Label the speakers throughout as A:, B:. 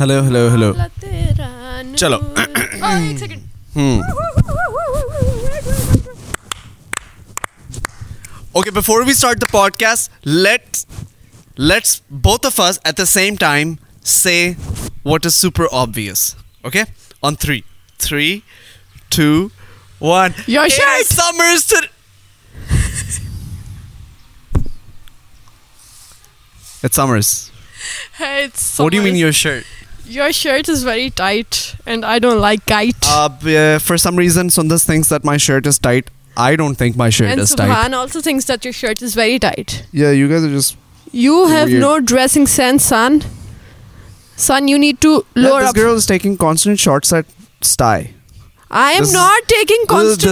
A: Hello hello hello چلو۔ Oh,
B: ایک سیکنڈ
A: ہوں okay before we start the podcast let's let's both of us at the same time say what is super obvious okay on three three two one
B: Your shirt!
A: Summers It's summers. What do you mean your shirt?
B: Your shirt is very tight and I don't like tight
A: Uh, b- uh, for some reason, Sundas thinks that my shirt is tight. I don't think my shirt
B: and
A: is tight.
B: Subhan also thinks that your shirt is very tight
A: Yeah, you guys are just.
B: You have
A: Weird.
B: No dressing sense sun sun you need to
A: Yeah,
B: lover
A: this girl is taking constant shots at Sty.
B: I am
A: this is-
B: not taking
A: this is- this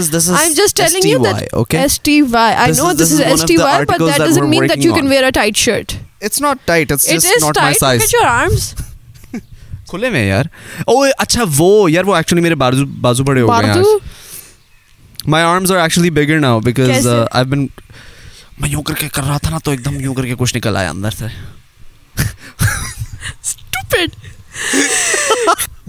A: is- this is
B: I am just telling you
A: STY, okay?
B: S T Y I
A: This
B: no
A: is-
B: this
A: this
B: is
A: is one
B: S
A: of
B: T
A: the
B: Y but
A: articles
B: that
A: that
B: doesn't
A: we're
B: mean that
A: working
B: you can
A: on.
B: Wear a tight shirt
A: It's not tight. It's
B: it
A: just
B: is
A: not my
B: tight
A: size. Oh,
B: your arms
A: کھلے میں یار اوہ اچھا وہ یار وہ actually میرے بازو بازو بڑے ہو گئے ہیں
B: بازو
A: my arms are actually bigger now because
B: کیسے؟
A: آئی بن uh, میں یوں کر کے کر رہا تھا نا تو ایک دم یوں کر کے کچھ نکل آیا اندر سے
B: stupid.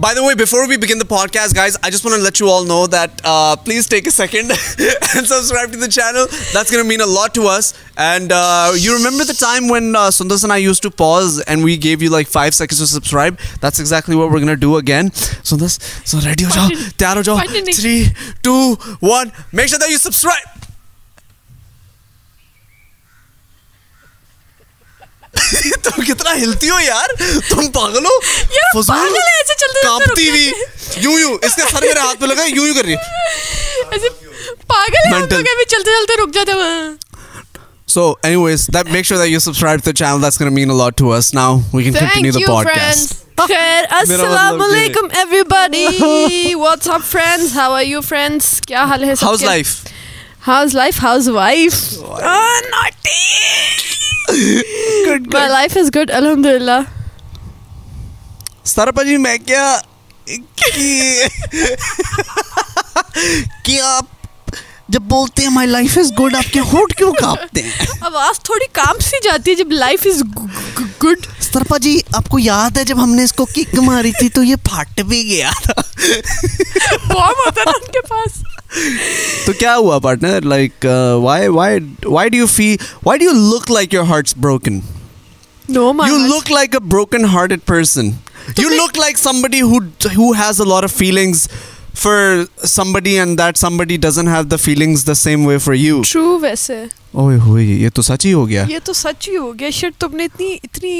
A: By the way, before we begin the podcast, guys, I just want to let you all know that uh, please take a second and subscribe to the channel. That's going to mean a lot to us. And uh, you remember the time when uh, Sundas and I used to pause and we gave you like five seconds to subscribe? That's exactly what we're going to do again. Sundas, so ready ho jao,
B: Finally.
A: taiyar ho jao.
B: Finally.
A: Three, two, one. Make sure that you subscribe. تم کتنا ہلتی ہو یار تم پاگل ہو
B: یار
A: فضول.
B: پاگل ہے، ایسے چلتے چلتے
A: کانپتی
B: رک
A: ہوئی
B: جاتے
A: یوں یوں اس کا سر میرے ہاتھ پہ لگا ہے، یوں یوں کر رہی ہے
B: ہیں۔ ایسے پاگل ہے ہم
A: Mental.
B: لوگ ابھی چلتے چلتے رک جاتے ہیں
A: so anyways that make sure that you subscribe to channel that's gonna mean a lot to us now we can continue
B: thank
A: the
B: you friends
A: podcast
B: خیر
A: مطلب
B: السلام
A: یہ-
B: علیکم every body what's up friends how are you friends کیا حال ہے سب
A: how's
B: کے
A: life
B: how's life how's wife
A: good
B: my life is good الحمد للہ
A: سرپا جی میں کیا کیا آپ جب بولتے ہیں مائی لائف از گڈ آپ کے ہوٹ کیوں کانپتے ہیں
B: آواز تھوڑی کام سی جاتی ہے جب لائف از گڈ
A: سرپا جی آپ کو یاد ہے جب ہم نے اس کو کک ماری تھی تو یہ پھٹ بھی گیا تھا
B: فارم ہوتا ہے نا ان کے پاس
A: تو کیا ہوا uh, partner like why why why do you fee why do you look like your heart's broken
B: no
A: you
B: my
A: look like a broken hearted person you look like somebody who has a lot of feelings for somebody and that somebody doesn't have the feelings the same way for you
B: true ویسے
A: اوئے ہوئے یہ تو سچ ہی ہو گیا
B: یہ تو سچ ہی ہو گیا shirt تم نے اتنی اتنی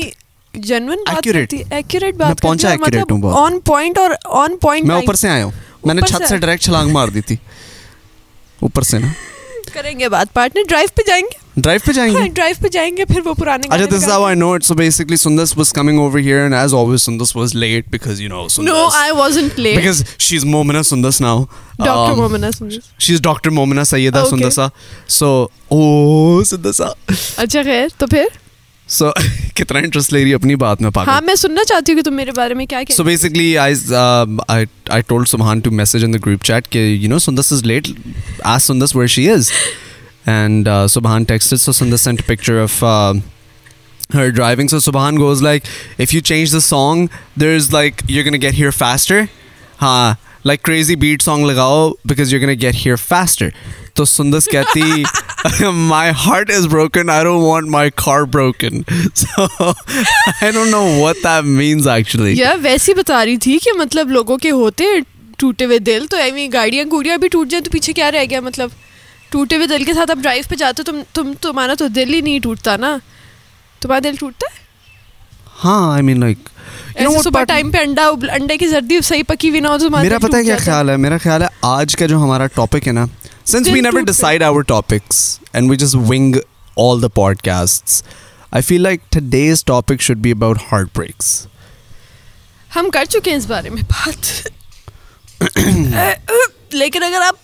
B: جنون بات
A: Accurate.
B: کرتی ایکوریٹ
A: میں
B: بات
A: پہنچا accurate ہوں بہت.
B: آن پوائنٹ مطلب اور آن پوائنٹ
A: میں اوپر سے آیا ہوں میں نے چھت سے ڈائریکٹ چھلانگ مار دی تھی اوپر سے نا
B: کریں گے بات پارٹنر ڈرائیو پہ جائیں گے
A: ڈرائیو پہ جائیں گے
B: ڈرائیو پہ جائیں گے پھر وہ پرانے
A: اچھا دس آؤ I know it so basically Sundas was coming over here and as always Sundas was late because you know
B: no I wasn't late
A: because she is Momna Sundas now um,
B: doctor Momna سمجھ
A: she is doctor Momna Syeda
B: Okay.
A: سندسا سو او سندسا
B: اچھا خیر تو پھر
A: سو کتنا interest لے رہی ہے اپنی بات میں
B: ہاں
A: پاگل
B: میں سننا چاہتی ہوں کہ تم میرے بارے میں کیا
A: سو
B: کہہ
A: basically um, I told Samhan to message in the group chat کہ you know Sundas is late آج Sundas where she is and Subhan text so Sundas sent picture of her driving so Subhan goes like if you change the song there is like you can get here faster ہاں like crazy beat song لگاؤ because you can get here faster تو سندس کہتی my heart is broken I don't want my car broken so I don't know what that means actually
B: یار ویسے ہی بتا رہی تھی کہ مطلب لوگوں کے ہوتے ہیں ٹوٹے ہوئے دل تو ایویں گاڑیاں گوڑیاں بھی ٹوٹ جائیں تو پیچھے کیا رہ گیا مطلب ٹوٹے ہوئے دل کے ساتھ آپ ڈرائیو پہ جاتے ہو تم تم تمہارا تو دل ہی نہیں ٹوٹتا نا تمہارا دل ٹوٹتا ہے
A: ہاں آئی مین لائک
B: ایسے صبح ٹائم پہ انڈا انڈے کی زردی صحیح پکی ہوئی نہ ہو تو تمہارا
A: میرا
B: دل
A: پتہ ہے
B: ٹوٹ
A: کیا
B: جاتا ہے۔
A: خیال ہے میرا خیال ہے آج کا جو ہمارا ٹاپک ہے نا سنس
B: دل
A: وی نیور
B: ٹوٹ گیا۔
A: Decide our topics and we just wing all the podcast I feel like today's topic should be about heart breaks
B: ہم کر چکے ہیں اس بارے میں بات لیکن اگر آپ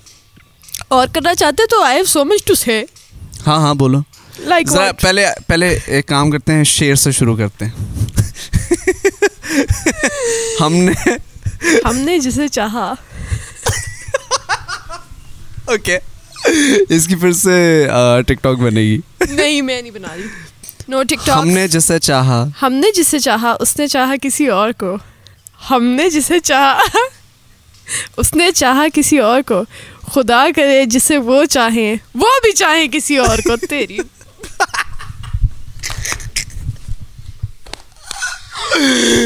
B: اور کرنا چاہتے تو I have so much to say
A: ہاں ہاں بولو
B: لائک
A: ذرا پہلے پہلے ایک کام کرتے ہیں شیر سے شروع کرتے ہیں ہم نے
B: ہم نے جسے چاہا
A: اوکے اس کی پھر سے ٹک ٹاک بنے گی
B: نہیں میں نہیں بنا رہی نو ٹک
A: ہم
B: ٹاک
A: نے جسے چاہا
B: ہم نے جسے چاہا اس نے چاہا کسی اور کو ہم نے جسے چاہا اس نے چاہا کسی اور کو خدا کرے جسے وہ چاہیں وہ بھی چاہیں کسی اور کو تیری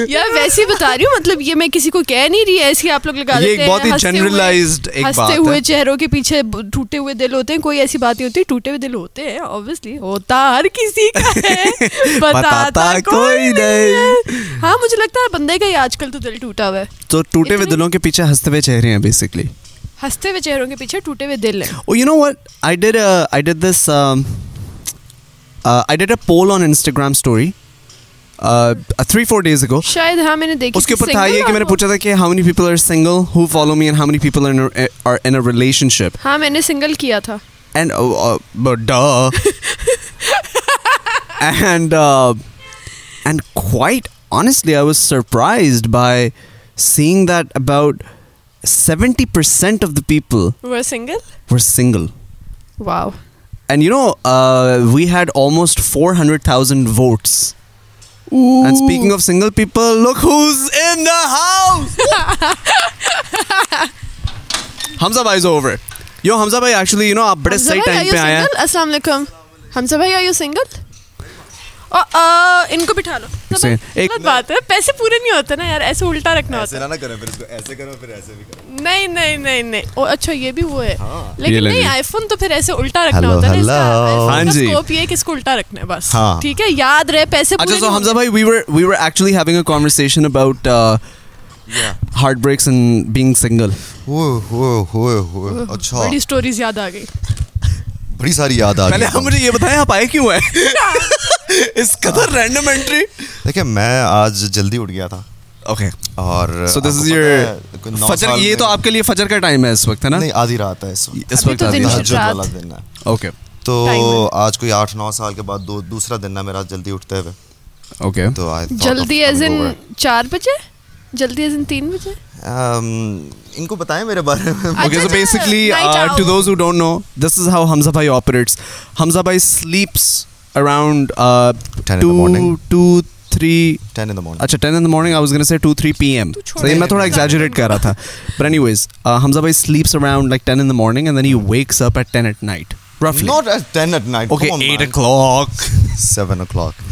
B: یار ویسے ہی بتا رہی ہوں مطلب یہ میں کسی کو کہہ نہیں رہی ہے ایسی آپ لوگ لگا
A: یہ ایک
B: دیتے ہیں
A: بہت ہی
B: ہنستے ہوئے-
A: جنرلائزڈ ایک بات
B: ہنستے
A: ہے
B: ہوئے چہروں کے پیچھے ب- ٹوٹے ہوئے دل ہوتے ہیں کوئی ایسی بات نہیں ہوتی ٹوٹے ہوئے دل ہوتے ہیں obviously ہوتا ہر کسی کا ہے بتاتا کوئی نہیں ہے۔ ہاں مجھے لگتا ہے بندے کا ہی آج کل تو دل ٹوٹا ہوا ہے
A: تو ٹوٹے ہوئے
B: اتنے-
A: دلوں کے پیچھے ہنستے ہوئے چہرے ہیں بیسکلی
B: ہنستے ہوئے چہروں کے پیچھے ٹوٹے ہوئے دل ہیں
A: Oh, you know what? I did a I did this um, uh, I did a poll on Instagram story uh, three four days ago.
B: شاید ہاں میں نے دیکھی
A: اس کے
B: تھی،
A: اوپر تھا
B: single
A: یہ کہ میں نے
B: آپ ہو؟
A: پوچھا تھا کہ how many people are single who follow me and how many people are in relationship
B: ہاں میں نے سنگل کیا تھا
A: and and uh, and quite honestly I was surprised by seeing that about seventy percent of the people
B: وہ single
A: were single
B: wow
A: and you know we had almost four hundred thousand votes and speaking of single people look who's in the house حمزہ بھائی is over you Hamza بھائی actually you know آپ بڑے صحیح time پہ آئے ہیں
B: السلام علیکم حمزہ بھائی آر یو سنگل ان کو بٹھا لو
A: Say- ایک-
B: غلط بات ہے پیسے پورے نہیں ہوتے نا یار ایسے الٹا رکھنا ہوتا ہے
C: ایسے نہ کریں پھر اس کو ایسے کریں پھر ایسے بھی کریں
B: نہیں نہیں نہیں نہیں او اچھا یہ بھی وہ ہے
A: یہ
B: لیکن
A: لے
B: نہیں
A: لیں۔
B: آئی فون تو پھر ایسے الٹا رکھنا
C: Hello,
B: ہوتا ہے
C: hello.
A: ہاں جی۔
B: اسکوپ یہ ہے کہ اس کو الٹا رکھنا ہے بس
C: ہاں۔
B: ٹھیک ہے یاد رہے پیسے
A: اچھا
B: پورے
A: سو
B: نہیں
A: حمزہ
B: ہوتے۔
A: بھائی we were we were actually having a conversation about heart breaks and being single
C: oh, oh, oh, oh, اچھا
B: بڑی اسٹوریز یاد آ گئی
C: بڑی ساری یاد آ
A: پہلے ہم
C: گئی
A: مجھے یہ بتائیں آپ آئے کیوں ہیں اس قدر رینڈم انٹری
C: دیکھیں میں آج جلدی اٹھ گیا تھا
A: اوکے
C: اور
A: سو دس از
C: آپ کو پتہ ہے،
A: یور
C: کوئی نو
A: فجر
C: سال
A: یہ
C: میں-
A: تو آپ کے لیے فجر کا ٹائم ہے اس وقت ہے نا
C: نہیں آدھی رات ہے اس وقت
A: اس وقت
B: ابھی تو دن
C: تہجد
B: رات۔
C: والا دن ہے
A: اوکے
C: تو آج کوئی آٹھ نو سال کے بعد دو دوسرا دن ہے میرا جلدی اٹھتے ہوئے
A: اوکے
C: تو I thought
B: جلدی
C: of
B: as in
C: coming over.
B: چار بجے جلدی ایز ان تین بجے
C: Um, ان کو بتائیں میرے بارے میں
A: Okay, so
B: اچھا،
A: basically,
B: night
A: uh, to
B: owl.
A: those who don't know, this is how Hamza Bhai operates. Hamza Bhai sleeps around uh,
C: 10 in the
A: 2,
C: morning.
A: 2, 3,
C: 10 in the morning.
A: اچھا 10 in the morning, I was going to say 2, 3 p.m.
B: تو چھوڑ
A: So,
B: دے۔
A: میں تھوڑا exaggerate کر رہا تھا. But anyways, uh, Hamza Bhai sleeps around like 10 in the morning and then he wakes up at 10 at night. Roughly.
C: Not at 10 at night.
A: okay, 8 o'clock.
C: 7 o'clock.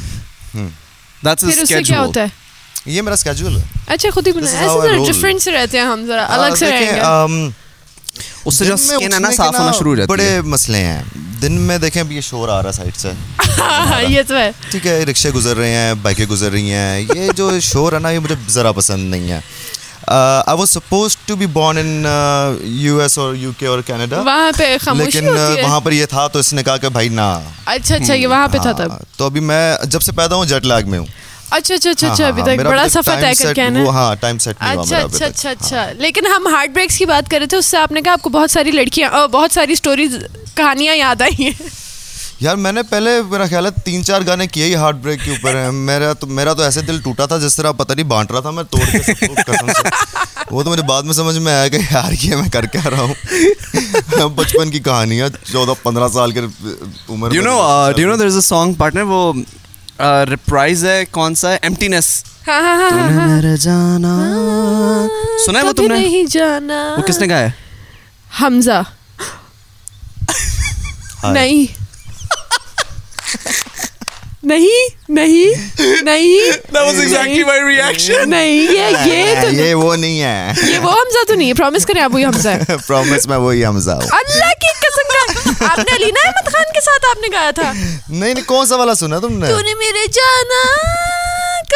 A: That's his
B: پھر اس سے
A: schedule.
B: کیا ہوتا ہے
C: یہ میرا schedule ہے
B: اچھا خود ہی بنا
C: This is
B: ایسے
C: how I
B: ذرا
C: roll.
B: ڈفرینٹ سے رہتے ہیں ہم ذرا
C: آ،
B: الگ سے رہیں
C: دیکھیں،
B: گے
C: آم،
A: اس سے
C: دن
A: جو
C: میں
A: skin ہے نا
C: اٹھنے
A: صاف
C: کے
A: ہونا
C: نا
A: شروع ہو جاتی
C: بڑے
A: ہے.
C: مسئلے ہیں دن میں دیکھیں اب یہ شور آ رہا ہے سائڈ سے
B: یہ تو ہے
C: ٹھیک ہے رکشے گزر رہے ہیں بائکیں گزر رہی ہیں یہ جو شور ہے نا یہ مجھے ذرا پسند نہیں ہے I was supposed to be born in U S اور یو کے اور کینیڈا
B: وہاں پہ خاموشی
C: لیکن
B: ہوتی ہے
C: وہاں پر یہ تھا تو اس نے کہا کہ بھائی نہ
B: اچھا اچھا یہ وہاں پہ
C: Hmm.
B: تھا تب
C: تو ابھی میں جب سے پیدا ہوں جٹ لیگ میں ہوں
B: اچھا اچھا اچھا اچھا ابھی تک بڑا سفر طے کر کے آنا ہے
C: ہاں ٹائم سیٹ
B: اچھا اچھا اچھا اچھا
A: ہاں۔
B: لیکن ہم ہارٹ بریکس کی بات کر رہے تھے اس سے آپ نے کہا آپ کو بہت ساری لڑکیاں اور بہت ساری اسٹوریز کہانیاں یاد آئی ہیں
C: یار میں نے پہلے میرا خیال ہے تین چار گانے کیے ہی ہارٹ بریک کے اوپر ہیں میرا تو میرا تو ایسے دل ٹوٹا تھا جس طرح پتہ نہیں بانٹ رہا تھا میں توڑ کے سب کو قسم سے۔ وہ تو مجھے بعد میں سمجھ میں آیا کہ یار یہ میں کر کے آ رہا ہوں بچپن کی کہانی ہے چودہ پندرہ سال کے عمر
A: You
C: میں-
A: know, uh, do you know there's a song partner وہ reprise ہے کون سا ہے emptiness
B: ہاں ہاں ہاں ہاں
A: میرے جانا سنا ہے وہ تم نے
B: نہیں جانا
A: وہ کس نے گایا ہے
B: حمزہ نہیں نہیں نہیں نہیں
A: my reaction
B: نہیں یہ یہ تو
C: یہ وہ نہیں ہے
B: یہ وہ حمزہ تو نہیں ہے پرومس کریں آپ وہی حمزہ ہے
C: پرومس میں وہی حمزہ ہوں
B: اللہ کی قسم کا آپ نے علینا احمد خان کے ساتھ آپ نے گایا تھا
C: نہیں نہیں کون سا والا سنا تم نے
B: تو نے میرے جانا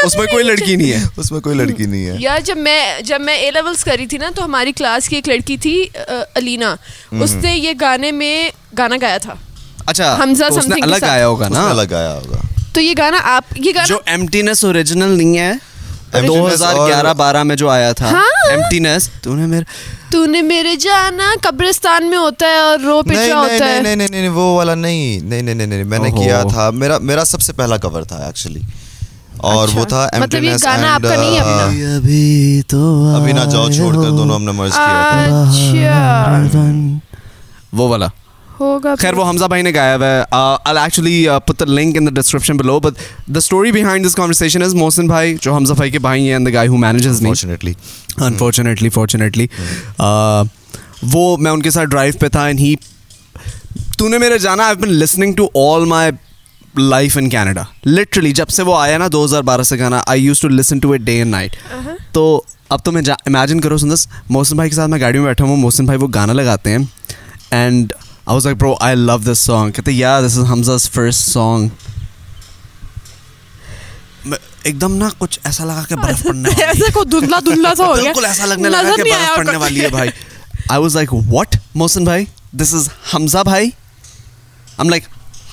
A: اس میں کوئی لڑکی نہیں ہے
C: اس میں کوئی لڑکی نہیں ہے
B: یار جب میں جب میں اے لیولس کری تھی نا تو ہماری کلاس کی ایک لڑکی تھی علینا اس نے یہ گانے میں گانا گایا تھا
A: اچھا
B: Hamza
A: تو اس نے
B: something کے
A: الگ
B: ساتھ۔
A: آیا ہوگا
C: اس
A: نا
C: نے لگایا ہوگا
B: تو یہ گانا آپ یہ
A: جو
B: گانا
A: emptiness اوریجنل نہیں ہے
C: Emptiness
A: دو ہزار گیارہ
C: اور-
A: بارہ میں جو آیا تھا
B: ہاں۔
A: emptiness تو نے میرے
B: تو نے میرے جانا قبرستان میں ہوتا ہے اور رو
C: نہیں
B: پٹرا ہوتا
C: نہیں
B: ہے
C: نہیں نہیں نہیں وہ والا نہیں نہیں نہیں نہیں نہیں میں نے کیا تھا میرا میرا سب سے پہلا کور تھا ایکچولی اور
A: اچھا۔
C: وہ تھا
A: مطلب ابھی تو
C: ابھی نہ جاؤ چھوڑ کر دونوں ہم نے مرض کیا
B: اچھا
A: وہ والا
B: ہوگا
A: خیر وہ حمزہ بھائی نے گایا ہوا ہے I actually put the link in the description below but the story behind this conversation is Mohsin بھائی جو حمزہ بھائی کے بھائی ہیں and the guy who manages me
C: fortunately
A: unfortunately fortunately وہ میں ان کے ساتھ ڈرائیو پہ تھا اینڈ ہی تو نے میرے جانا I been listening to all my life in Canada literally جب سے وہ آیا نا دو ہزار بارہ سے گانا I used to listen to it day and night تو اب تو میں امیجن کرو سندس محسن بھائی کے ساتھ میں گاڑی میں بیٹھا ہوں محسن بھائی وہ گانا لگاتے ہیں and I was like bro I love this song کہتے یا this is Hamza's first song ایک دم نا کچھ ایسا لگا کہ برف پڑنے والی ہے
B: ایسا کو دھندلا دھندلا سا ہو گیا
A: بالکل ایسا لگنے لگا کہ برف پڑنے والی ہے بھائی I was like what Mohsin بھائی دس از حمزہ بھائی ہم لائک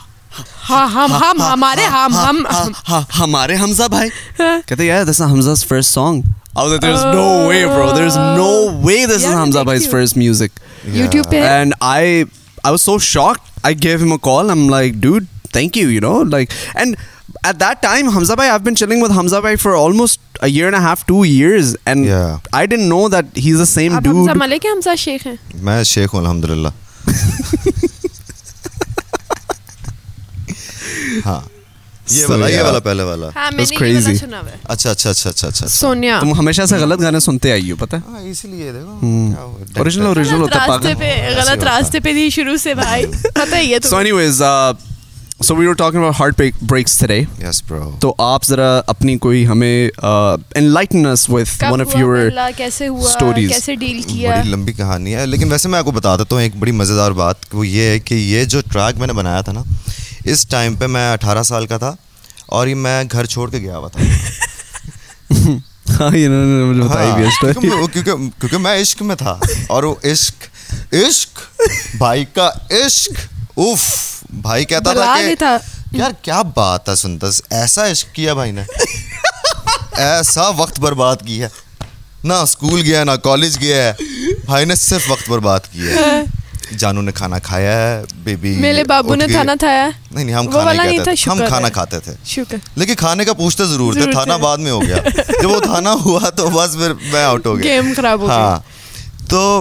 B: ہاں ہم ہم ہمارے ہم
A: ہاں،
B: ہم
A: ہمارے حمزہ بھائی کہتے یار this is Hamza's first song I was there is no way bro there is no way this is Hamza بھائی فرسٹ میوزک
B: یوٹیوب پہ
A: and I I was so shock I gave him a call I'm like dude thank you you know like and at that time Hamza بھائی I been chilling with Hamza بھائی for almost year and half two years and
C: Yeah.
A: I done know that he is the same
B: آپ
A: ڈو
B: حمزہ ملک ہیں حمزہ شیخ ہیں
C: میں شیخ ہوں الحمد للہ ہاں یہ والا یہ والا پہلے والا
B: ہاں میں نے یہ والا سنا ہوا ہے
C: اچھا اچھا اچھا اچھا اچھا
B: سونیا
A: تم ہمیشہ سے غلط گانے سنتے آئی ہو پتہ ہے
C: ہاں اسی لیے
A: اوریجنل
C: دیکھو
A: اوریجنل ہوتا ہے
B: راستے
A: پاگل
B: پہ غلط راستے پہ تھی شروع سے بھائی پتہ ہی ہے
A: so anyways so we are talking about heart breaks today
C: yes bro
A: تو آپ ذرا اپنی کوئی ہمیں enlighten us with one of your
B: کیسے ہوا کیسے ڈیل کیا
C: بڑی لمبی کہانی ہے لیکن ویسے میں آپ کو بتا دیتا ہوں ایک بڑی مزیدار بات وہ یہ ہے کہ یہ جو ٹریک میں نے بنایا تھا نا اس ٹائم پہ میں اٹھارہ سال کا تھا اور یہ میں گھر چھوڑ کے گیا ہوا تھا
A: ہاں انہوں نے مجھے بتائی بھی اسٹوری
C: کیونکہ کیونکہ- کیونکہ میں عشق میں تھا اور وہ عشق عشق بھائی کا عشق اف بھائی کہتا تھا
B: بلا یہ
C: کہ
B: تھا
C: یار کیا بات ہے سنتس ایسا عشق کیا بھائی نے ایسا وقت برباد کیا نہ اسکول گیا نہ کالج گیا ہے بھائی نے صرف وقت برباد کیا ہے جانو نے کھانا کھایا ہے بیبی
B: میرے بابو
C: اٹھ
B: نے
C: گئی-
B: کھانا کھایا
C: نہیں نہیں ہم
B: وہ
C: کھانا
B: والا
C: ہی
B: نہیں
C: کھاتے
B: تھا،
C: ہم
B: شکر
C: کھانا
B: ہے۔
C: کھاتے تھے
B: شکر
C: لیکن کھانے کا پوچھتے ضرور تھے
B: ضرور
C: تھانا
B: تھے۔
C: بعد میں ہو گیا جب وہ تھانا ہوا تو بس پھر میں آؤٹ ہو گیا
B: گیم خراب ہو گئی
C: ہاں تو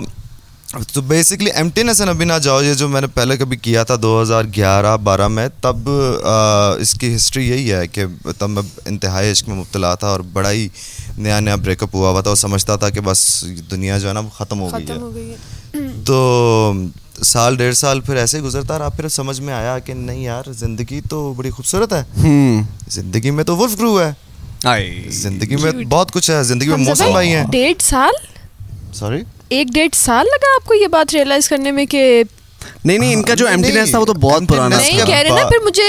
C: تو بیسکلی ایمٹینس اینڈ ابھی نہ جاؤ یہ جو میں نے پہلے کبھی کیا تھا دو ہزار گیارہ بارہ میں تب آ، اس کی ہسٹری یہی ہے کہ تب میں انتہائی عشق میں مبتلا تھا اور بڑا ہی نیا نیا بریک اپ ہوا ہوا تھا اور سمجھتا تھا کہ بس دنیا جو ہے نا وہ ختم ہو گئی ہے
B: ختم ہو گئی
C: تو سال ڈیڑھ سال پھر ایسے ہی گزرتا رہا پھر سمجھ میں آیا کہ نہیں یار زندگی تو بڑی خوبصورت ہے زندگی میں تو ورف گرو ہے زندگی میں بہت کچھ ہے زندگی میں موسم بھائی ہیں
B: ڈیڑھ سال
C: سوری
B: ایک ڈیڑھ سال لگا آپ کو یہ بات ریئلائز کرنے میں کہ
A: نہیں ہاں، نہیں ان کا جو ایمٹینس تھا وہ تو بہت پرانا
C: Emptiness
B: نہیں
C: کے
B: کہہ رہے نا
C: بعد-
B: پھر مجھے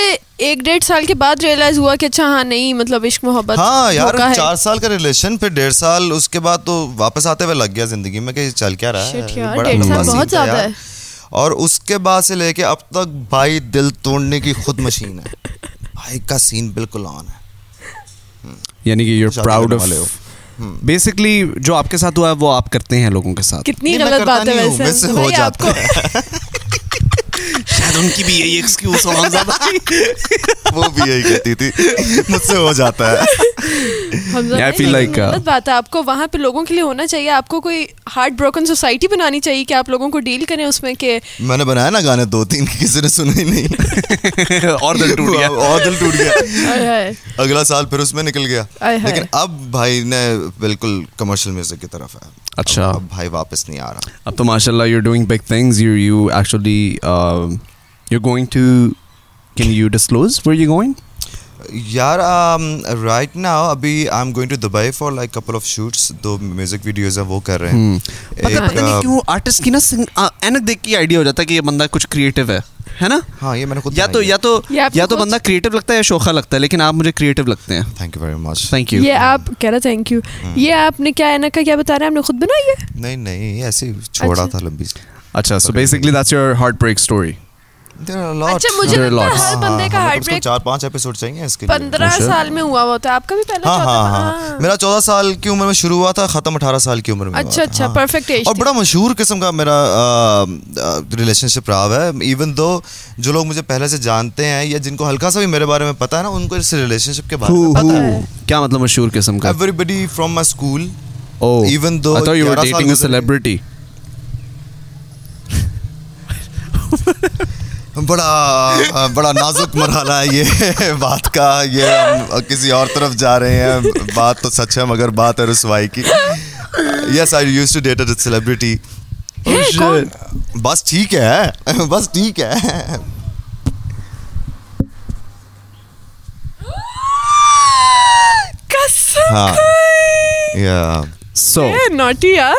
B: ایک ڈیڑھ سال کے بعد ریئلائز ہوا کہ اچھا ہاں نہیں مطلب عشق محبت
C: ہاں یار
B: دھوکا ہے
C: چار سال کا ریلیشن پھر ڈیڑھ سال اس کے بعد تو واپس آتے ہوئے لگ گیا زندگی میں کہ چل کیا رہا
B: Shit
C: ہے
B: یار،
C: بڑا
B: ڈیڑھ سال
C: لمبا
B: بہت
C: scene تھا
B: زیادہ
C: یار۔
B: ہے۔
C: اور اس کے بعد سے لے کے اب تک بھائی دل توڑنے کی خود مشین ہے بھائی کا سین بالکل آن ہے
A: یعنی کہ you are proud of basically جو آپ کے ساتھ ہوا ہے وہ آپ کرتے ہیں لوگوں کے ساتھ
B: کتنی
C: یہ میں
B: غلط
C: کرتا
B: بات ہے
C: نہیں ہوں، مجھ
B: ویسے
C: سے ہو
B: بھائی، آپ
C: جاتا
B: کو
A: شاید ان کی بھی یہی ایکسکیوز
C: وہ بھی یہی کہتی تھی مجھ سے ہو جاتا ہے
B: حمزہ
A: Yeah, I
B: بھائی،
A: feel
B: یہ
A: like, uh,
B: غلط بات ہے آپ کو وہاں پہ لوگوں کے لیے ہونا چاہیے آپ کو کوئی ہارٹ بروکن سوسائٹی بنانی چاہیے کہ آپ لوگوں کو ڈیل کریں اس میں کہ
C: میں نے بنایا نا گانے دو تین کسی نے سنے ہی نہیں
A: اور دل ٹوٹ گیا
C: اور دل ٹوٹ گیا
B: آئے ہائے،
C: اگلا سال پھر اس میں نکل گیا
B: آئے ہائے۔
C: لیکن اب بھائی نے بالکل کمرشل میوزک کی طرف ہے
A: اچھا
C: اب بھائی واپس نہیں آ رہا
A: اب تو ماشاء اللہ you doing big things you you actually um, you going to can you disclose where you going
C: یار رائٹ ناؤ ابھی I'm going to Dubai for like couple of shoots دو میوزک ویڈیوز ہیں وہ کر رہے ہیں ایک، آ،
A: کیوں آرٹسٹ کی نا اینک دیکھ کے آئیڈیا ہو جاتا ہے کہ یہ بندہ کچھ کریٹو ہے ہے نا
C: ہاں یہ میں نے خود
A: یا تو یا تو یا تو بندہ کریٹو لگتا ہے یا شوخا لگتا ہے لیکن آپ مجھے کریٹو لگتے ہیں
C: thank you very much
A: thank you
B: یہ آپ کہہ رہا تھینک یو یہ آپ نے کیا اینک کا کیا بتا رہے ہیں آپ نے خود بنائی ہے
C: نہیں نہیں ایسے ہی چھوڑا تھا لمبی
A: اچھا so basically that's your heart break story
B: اچھا مجھے
A: There are
B: لگتا
A: lots.
B: ہے ہر
C: ہاں،
B: بندے کا ہارٹ بریک
C: چار پانچ ایپیسوڈ چاہیے اس کے لیے
B: پندرہ
A: Sure.
B: سال میں ہوا ہوا ہوتا ہے آپ کا بھی پہلے
C: ہاں
B: چوتھا
C: ہاں
B: تھا؟
C: ہاں میرا چودہ سال کی عمر میں شروع ہوا تھا ختم اٹھارہ سال کی عمر میں
B: اچھا اچھا پرفیکٹ ایج
C: اور بڑا مشہور قسم کا میرا ریلیشن شپ رہا ہے ایون دو جو لوگ مجھے پہلے سے جانتے ہیں یا جن کو ہلکا سا بھی میرے بارے میں پتا ہے نا ان کو اس ریلیشن شپ کے بارے میں
A: کیا مطلب مشہور قسم کا
C: everybody from my school
A: even though celebrity
C: بڑا بڑا نازک مرحلہ ہے یہ بات کا یہ ہم کسی اور طرف جا رہے ہیں بات تو سچ ہے مگر بات ہے رسوائی کی yes I used to date a celebrity
A: Oh,
C: بس ٹھیک ہے بس ٹھیک ہے ہاں یا
A: سو
B: نوٹی یار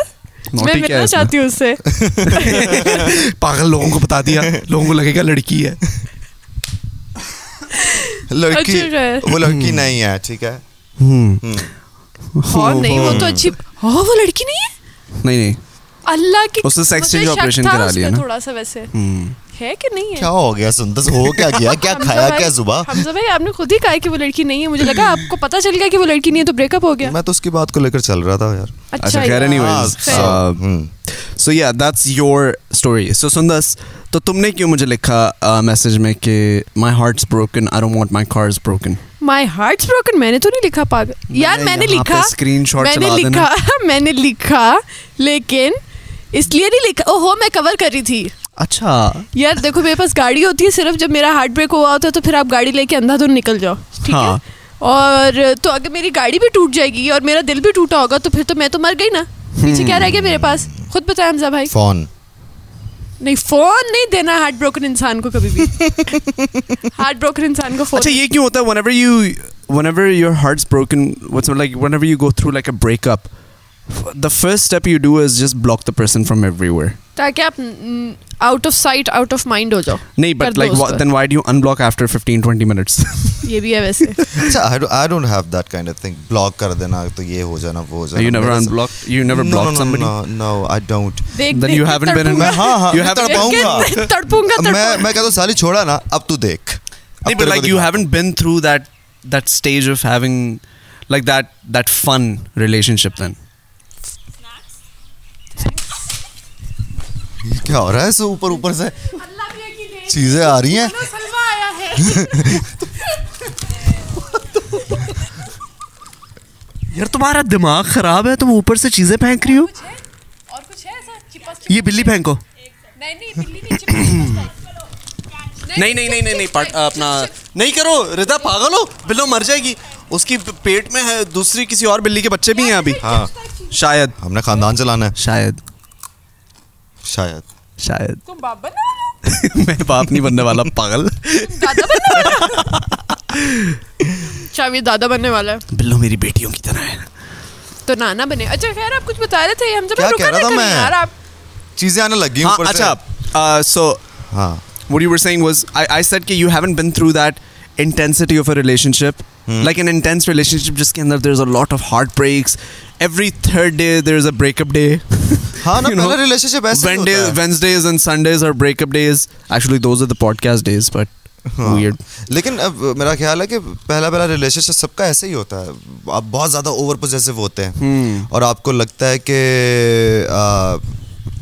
B: میں
A: Naughty کیا ہے اس
B: ملنا
A: میں؟
B: چاہتی ہوں اس سے
A: پاگل لوگوں کو بتا دیا لوگوں کو لگے گا لڑکی ہے
C: لڑکی
B: اچھا ہے۔
C: وہ لڑکی نہیں ہے ٹھیک ہے
A: Oh,
B: اور نہیں وہ تو اچھی ہاں وہ لڑکی نہیں ہے
A: نہیں نہیں
B: اللہ کی
A: اس نے sex
B: مجھے
A: change
B: شک
A: operation
B: تھا
A: کرا
B: اس
A: لیا
B: کا
A: نا۔
B: تھوڑا سا ویسے ہے کہ نہیں ہے
C: کیا ہو گیا سندس ہو کیا گیا کیا
B: حمزہ
C: کھایا
B: بھائی-
C: کیا زبا
B: حمزہ بھائی آپ نے خود ہی کہا ہے کہ وہ لڑکی نہیں ہے مجھے لگا آپ کو پتا چل گیا کہ وہ لڑکی نہیں ہے تو بریک اپ ہو گیا
C: میں تو اس کی بات کو لے کر چل رہا تھا یار
A: اچھا خیر اینی
C: ہاں،
A: ویز
C: ہوں۔
A: So yeah that's your story so Sundus تو تم نے کیوں مجھے لکھا میسج میں کہ my heart's broken I don't want my car's broken
B: my heart's broken میں نے تو نہیں لکھا پاگل یار میں نے لکھا
A: اسکرین شاٹ
B: میں نے
A: چلا دینا
B: لکھا میں نے لکھا لیکن اس لیے نہیں لکھا او ہو میں کور کر رہی تھی
A: اچھا
B: یار دیکھو میرے پاس گاڑی ہوتی ہے صرف جب میرا ہارٹ بریک ہوا ہوتا ہے تو پھر آپ گاڑی لے کے اندھا دھند نکل جاؤ ٹھیک ہے اور تو اگر میری گاڑی بھی ٹوٹ جائے گی اور میرا دل بھی ٹوٹا ہوگا تو پھر تو میں تو مر گئی نا پیچھے کیا رہ گیا میرے پاس خود بتائیں حمزہ بھائی
C: فون
B: نہیں فون نہیں دینا ہارٹ بروکن انسان کو کبھی بھی ہارٹ بروکن انسان کو
A: اچھا
B: فون
A: یہ کیوں ہوتا ہے whenever you whenever your heart's broken what's like whenever you go through like a breakup the first step you do is just block the person from everywhere
B: تاکہ آپ out of sight out of mind ہو جاؤ
A: نہیں
B: کر
A: but
B: دو اس پر۔
A: Like then why do in block after fifteen twenty minutes
B: یہ بھی ہے ویسے
C: اچھا I don't have that kind of thing block کر دینا تو یہ ہو جانا وہ ہو جانا
A: یو نیور
C: میرے
A: ان
C: ساتھ-
A: block you never
C: No,
A: block
C: no, no,
A: somebody
C: no, no, I don't.
B: دیکھ
A: Then
B: دیکھ
A: you
B: کے
A: haven't been in-
B: تڑپوں
C: میں
B: گا۔
C: ہاں ہاں
A: You have-
C: تڑپاؤں گا
B: دیکھ کے تڑپوں گا
C: میں
B: تڑپوں
C: میں کہتا ہوں سالی چھوڑا نا اب تو دیکھ اب
A: نہیں بٹ
C: تیرے کو
A: لائک یو
C: دکھا-
A: haven't been through that that stage of having like that that fun relationship then
C: یہ کیا ہو رہا ہے اس اوپر اوپر سے چیزیں آ رہی ہیں
A: یار تمہارا دماغ خراب ہے تم اوپر سے چیزیں پھینک رہی ہو یہ بلی پھینکو نہیں نہیں نہیں نہیں پٹ- اپنا نہیں کرو ردا پاگل ہو بلو مر جائے گی اس کی پیٹ میں ہے دوسری کسی اور بلی کے بچے بھی ہیں ابھی
C: ہاں
A: شاید
C: ہم نے
A: ہاں.
C: خاندان چلانا ہے
A: شاید
C: شاید
A: شاید
B: تم بابا نہ ہو
A: میں باپ نہیں بننے والا پاگل
B: دادا بننے والا شام یہ دادا بننے والا ہے
A: بلو میری بیٹیوں کی طرح ہے
B: تو نانا بنے اچھا خیر آپ کچھ بتا رہے تھے ہم
C: کیا کہہ رہا تھا
B: جب
C: میں؟
B: یار آپ
C: چیزیں آنے لگی
A: ہاں
C: اوپر سے
A: اچھا سو
C: ہاں
A: what you were saying was I said کہ you haven't been through that intensity of a relationship like an intense relationship جس کے اندر there is a lot of heart breaks every third day there is a breakup day
C: ہاں نا پہلا relationship ایسے ہی ہوتا ہے۔
A: وینسڈیز اینڈ سنڈیز اور breakup days actually those are the podcast days but
C: ہاں۔ لیکن اب میرا خیال ہے کہ پہلا پہلا ریلیشن شپ سب کا ایسے ہی ہوتا ہے آپ بہت زیادہ اوور پوزیسو ہوتے ہیں اور آپ کو لگتا ہے کہ آ،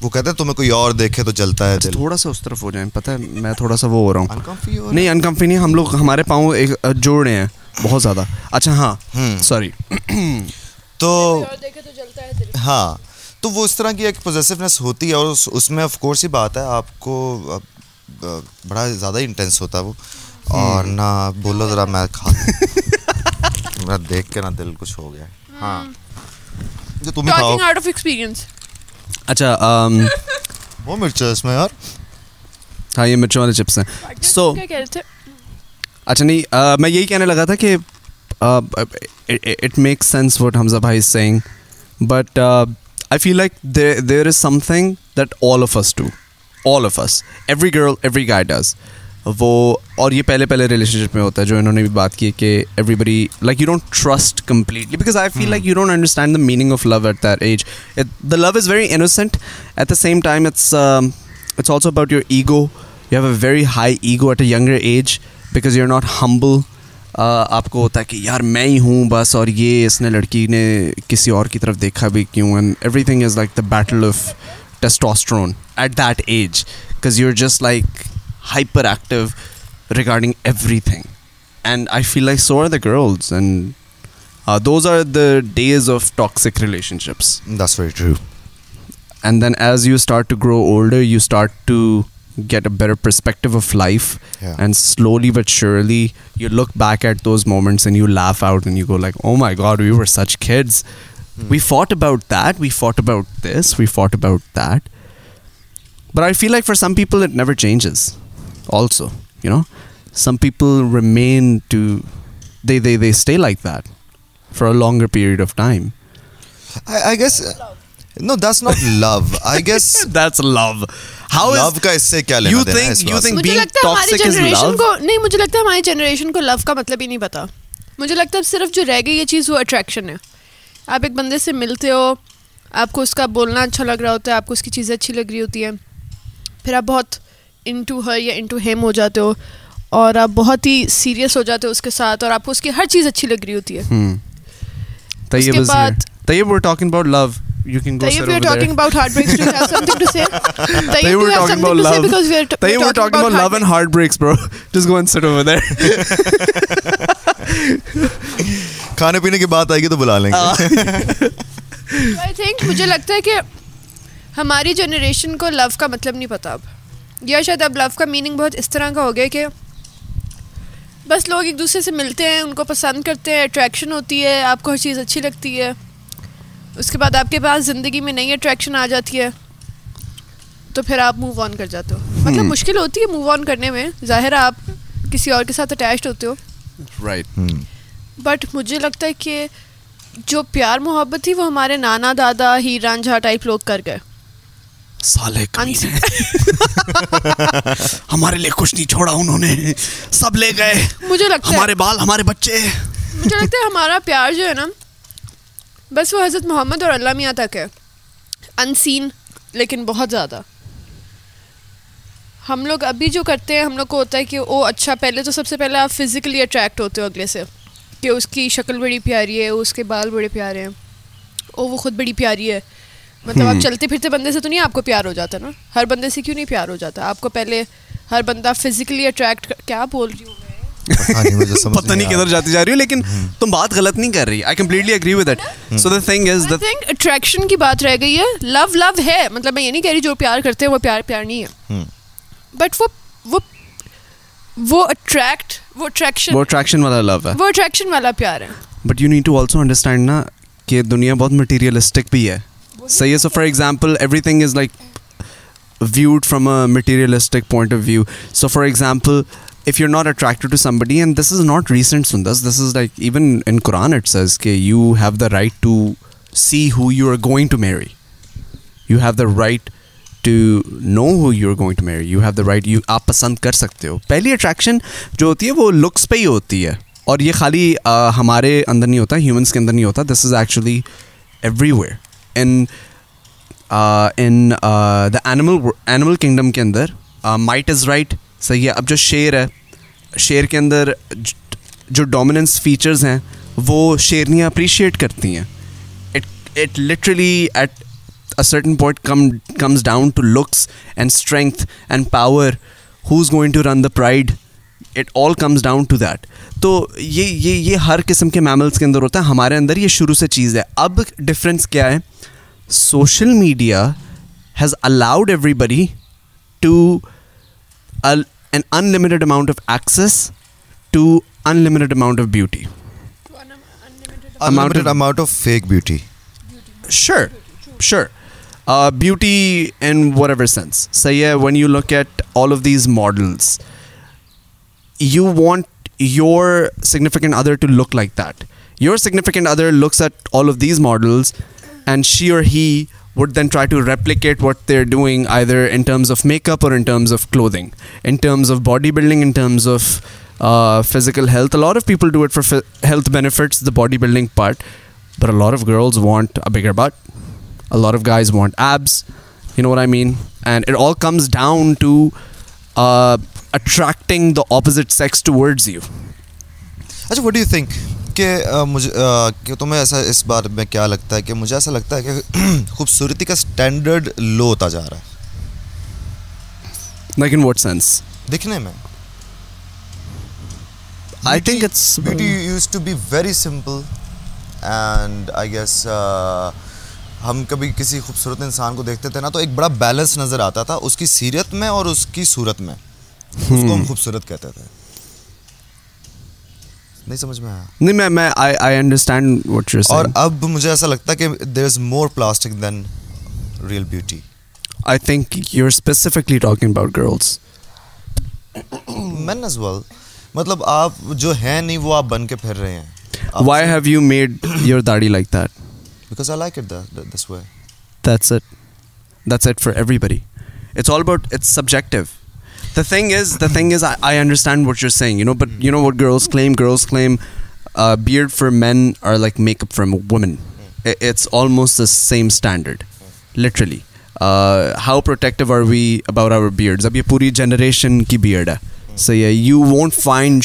C: وہ کہتے ہیں تمہیں کوئی اور دیکھے تو جلتا ہے دل
A: تھوڑا سا اس طرف ہو جائیں پتہ ہے میں تھوڑا سا وہ ہو رہا ہوں
C: Uncomfy ہو رہا
A: نہیں انکمفی نہیں ہم لوگ ہمارے پاؤں ایک جوڑ رہے ہیں بہت زیادہ اچھا ہاں سوری
C: ہے۔ تو
B: اور دیکھے تو جلتا ہے
C: ہاں تو وہ اس طرح کی ایک پوزیسونیس ہوتی ہے اور اس- اس میں آف کورس ہی بات ہے آپ کو آ، آ، بڑا زیادہ انٹینس ہوتا ہے وہ اور نہ بولو ذرا میں کھا میرا دیکھ کے نہ دل کچھ ہو گیا ہے۔ ہاں جو تم ہی کھاؤ
B: ٹاکنگ آؤٹ آف ایکسپیرینس
A: اچھا
C: وہ مرچ ہے اس میں یار
A: ہاں یہ مرچوں والے چپس ہیں سو
B: کیا کہہ رہے تھے
A: اچھا نہیں میں یہی کہنے لگا تھا کہ it makes sense what Hamza بھائی is saying but I feel like there is something that all of us to all of us every girl every guy does وہ اور یہ پہلے پہلے ریلیشن شپ میں ہوتا ہے جو انہوں نے بھی بات کی کہ everybody like you don't trust completely because I feel like you don't understand the meaning of love at that age the love is very innocent at the same time it's it's also about your ego you have a very high ego at a younger age because you are not humble آپ کو ہوتا ہے کہ یار میں ہی ہوں بس اور یہ اس نے لڑکی نے کسی اور کی طرف دیکھا بھی کیوں and everything is like the battle of testosterone at that age because you are just like hyperactive regarding everything and I feel like so are the girls and those are the days of toxic relationships
C: this very true
A: and then as you start to grow older you start to get a better perspective of life
C: Yeah.
A: and slowly but surely you look back at those moments and you laugh out and you go like oh my god we were such kids we fought about that we fought about this we fought about that but i feel like for some people it never changes also you know some people remain to they they, they stay like that for a longer period of time
C: I, I guess no, that's not love. I guess
A: that's love how is
C: love का इससे क्या लेना
A: You
C: देना है
A: think-
C: इस
A: you
C: बात से?
A: think-
B: मुझे
A: being
B: लगता है हमारी
A: toxic is
B: जनरेशन
A: love?
B: को नहीं मुझे लगता है हमारी जनरेशन को लव का मतलब ही नहीं पता मुझे लगता है अब सिर्फ जो रह गई ये चीज़ वो अट्रैक्शन है आप एक बंदे से मिलते हो आपको उसका बोलना अच्छा लग रहा होता है आपको उसकी चीज़ें अच्छी लग रही होती हैं फिर आप बहुत इन टू हर या इन टू हेम हो जाते हो और आप बहुत ही सीरियस हो जाते हो उसके साथ और आपको उसकी हर चीज़ अच्छी लग रही होती है
A: Hmm. Tayyib
B: उसके
A: is here.
B: बाद-
A: Tayyib, we're talking about love. You can go
B: Tayyip,
A: sit
B: we
A: over
B: are talking
A: there.
B: about heartbreaks. Do you have something to say? Tayyip, do
A: Tayyip,
B: you
A: we're
B: have
A: talking
B: something
A: about
B: to say
A: love.
B: because we are t-
A: Tayyib, we're talking about love
B: heartbreak.
A: and heartbreaks, bro. Just go and sit over there.
C: खाने पीने की बात आएगी तो बुला लेंगे
B: I think मुझे लगता है कि हमारी जनरेशन को लव का मतलब नहीं पता अब या शायद अब लव का मीनिंग बहुत इस तरह का हो गया कि बस लोग एक दूसरे से मिलते हैं उनको पसंद करते हैं अट्रैक्शन होती है आपको हर चीज़ अच्छी लगती है उसके बाद आपके पास ज़िंदगी में नई अट्रैक्शन आ जाती है तो फिर आप मूव ऑन कर जाते हो मतलब मुश्किल होती है मूव ऑन करने में ज़ाहिर है आप किसी और के साथ अटैच्ड होते हो
A: right.
B: बट मुझे लगता है कि जो प्यार मोहब्बत थी वो हमारे नाना दादा हीर रांझा टाइप लोग कर गए
A: साले
B: कमीने।
A: हमारे लिए कुछ नहीं छोड़ा उन्होंने सब ले गए
B: मुझे लगता है
A: बाल हमारे बच्चे
B: मुझे लगता है हमारा प्यार जो है ना बस वो हज़रत मोहम्मद और अल्लाह मियाँ तक है अनसीन लेकिन बहुत ज़्यादा हम लोग अभी जो करते हैं हम लोग को होता है कि ओ अच्छा पहले तो सबसे पहले आप फिज़िकली अट्रैक्ट होते हो अगले से कि उसकी शक्ल बड़ी प्यारी है उसके बाल बड़े प्यारे हैं ओ वो खुद बड़ी प्यारी है मतलब आप चलते फिरते बंदे से तो नहीं आपको प्यार हो जाता ना हर बंदे से क्यों नहीं प्यार हो जाता आपको पहले हर बंदा फिज़िकली अट्रैक्ट क्या बोल रही हूँ मैं
C: पता नहीं मुझे समझ
A: पता नहीं
C: आ रहा।
A: किधर जाती जा रही हो लेकिन
C: Hmm.
A: तुम बात गलत नहीं कर रही I completely agree with
B: Hmm.
A: It so the thing is
B: I
A: the
B: think attraction की बात रह गई है लव लव है मतलब मैं ये नहीं कह रही जो प्यार करते हैं वो प्यार प्यार नहीं है
A: Hmm.
C: हम्म।
B: बट वो वो वो अट्रैक्ट वो अट्रैक्शन
A: वो अट्रैक्शन वाला लव है
B: वो अट्रैक्शन वाला प्यार है
A: but you need to also understand ना कि दुनिया बहुत मटेरियलिस्टिक भी है सही है so for example everything is like viewed from a materialistic point of view. So, for example, if you're not attracted to somebody, and this is not recent sundas, this is like even in Quran it says that you have the right to see who you are going to marry. You have the right to know who you're going to marry. You have the right. You आप पसंद कर सकते हो. पहली attraction जो होती है वो looks पे ही होती है. और ये खाली अ, हमारे अंदर नहीं होता, humans के अंदर नहीं होता. This is actually everywhere. And in the animal animal kingdom के अंदर माइट इज़ राइट सही है अब जो शेर है शेर के अंदर ज- जो डोमिनेंस फीचर्स हैं वो शेरनियाँ अप्रिशिएट करती हैं it it literally at a certain point come comes down to looks and strength and power who is going to run the pride it all comes down to that तो ये ये ये हर किस्म के मैमल्स के अंदर होता है हमारे अंदर ये शुरू से चीज़ है अब डिफरेंस क्या है social media has allowed everybody to an unlimited amount of access to unlimited amount of beauty amount
C: Unlimited
A: of-
C: amount of fake beauty.
A: Sure, sure. Uh, beauty in whatever sense. So yeah, when you look at all of these models, you want your significant other to look like that. Your significant other looks at all of these models, and she or he would then try to replicate what they're doing, either in terms of makeup or in terms of clothing, in terms of bodybuilding, in terms of uh, physical health. A lot of people do it for phy- health benefits, the bodybuilding part, but a lot of girls want a bigger butt. A lot of guys want abs. You know what I mean? And it all comes down to uh, attracting the opposite sex towards you.
C: अच्छा what do you think कि अ, मुझे अ, कि तुम्हें ऐसा इस बारे में क्या लगता है कि मुझे ऐसा लगता है कि खूबसूरती का स्टैंडर्ड लो होता जा रहा है
A: Like in what sense?
C: दिखने में
A: I think it's Mm.
C: beauty used to be very simple and i guess uh, ہم کبھی کسی خوبصورت انسان کو دیکھتے تھے نا تو ایک بڑا بیلنس نظر آتا تھا اس کی سیرت میں اور اس کی صورت میں اس کو
A: Hmm.
C: ہم خوبصورت کہتے تھے نہیں سمجھ میں آیا
A: نہیں میں میں آئی انڈرسٹینڈ واٹ یو
C: اور
A: اور
C: اب مجھے ایسا لگتا ہے کہ there is more plastic than real beauty
A: I think you are specifically talking about girls
C: men as well مطلب آپ جو ہیں نہیں وہ آپ بن کے پھر رہے ہیں
A: why have you made your داڑی like that
C: because I like it this way
A: that's it that's it for everybody it's all about it's subjective the thing is the thing is I understand what you're saying you know but you know what girls claim girls claim beard for men اور like makeup from women it's almost the same standard literally how protective are we about our beard اب یہ پوری generation کی beard ہے صحیح ہے you won't find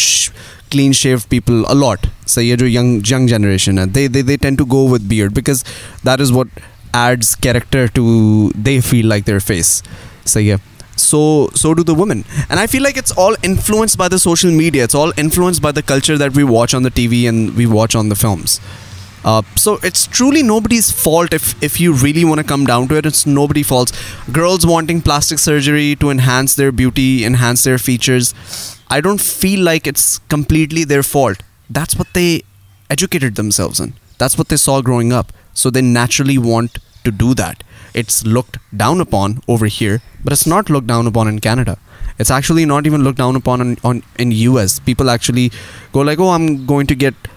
A: clean shave people a lot صحیح ہے جو ینگ ینگ جنریشن ہے they they they tend to go with beard because that is what adds character to they feel like their face صحیح ہے so so do the women and I feel like it's all influence by the social media it's all influence by the culture that we watch on the TV and we watch on the films so it's truly nobody's fault if you really want to come down to it. It's nobody's fault. Girls wanting plastic surgery to enhance their beauty, enhance their features, I don't feel like it's completely their fault. That's what they educated themselves in. That's what they saw growing up. So they naturally want to do that. It's looked down upon over here, but it's not looked down upon in Canada. It's actually not even looked down upon in US. People actually go like, oh, I'm going to get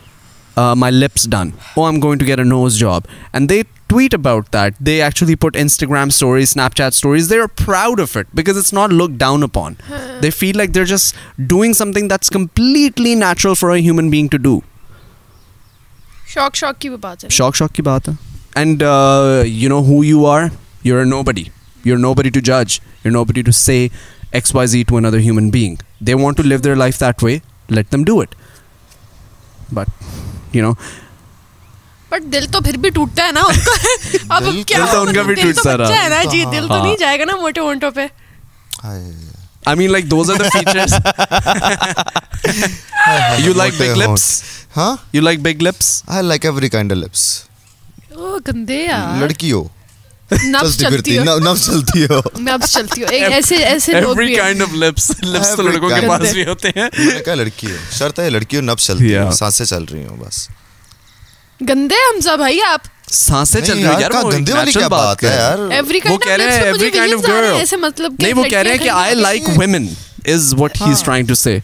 A: my lips done. Oh, I'm going to get a nose job. And they tweet about that they actually put Instagram stories Snapchat stories they are proud of it because it's not look down upon they feel like they're just doing something that's completely natural for a human being to do
B: شوق شوق کی بھی بات ہے
A: شوق شوق کی بات ہے and you know who you are you are nobody you are nobody to جج you nobody to say X Y Z to another human being they want to live their life that way let them do it but you know
B: but دل تو پھر بھی ٹوٹتا ہے نا ان کا اب
C: دل
B: کیا
A: تو ان کا بھی
B: دل تو
A: ٹوٹتا رہا۔
B: بچہ ہے نا جی
C: ہاں۔
B: دل تو
A: ہاں۔
B: نہیں جائے گا نا موٹے اونٹوں پہ
A: I mean like those are the features you like big lips
C: ہاں
A: you like big lips
C: I like every kind lips
B: او گندے یار
C: لڑکی ہو
B: نبز
C: چلتی
B: چلتی
C: پھرتی
B: ہو
C: نب چلتی ہو
B: نبز چلتی ہو ایک ایسے ایسے لوگ
A: ایوری
B: بھی ہیں
A: کائنڈ آف لپس لپس تو
C: Every
A: لڑکوں کے
C: kind.
A: پاس بھی ہوتے ہیں
C: میں نے کہا لڑکی ہو شرط ہے لڑکی ہو نب چلتی ہو
A: Yeah.
C: سانسیں چل رہی ہوں بس
B: گندے حمزہ بھائی آپ
A: سانسیں چل رہی
C: نہیں یار کہاں گندے والی کیا بات ہے یار
B: ایوری
A: وہ کہہ رہے ہیں ایوری کائنڈ آف گرل
B: ایسے مطلب
A: نہیں وہ کہہ رہے ہیں کہ I like women is what he is trying to say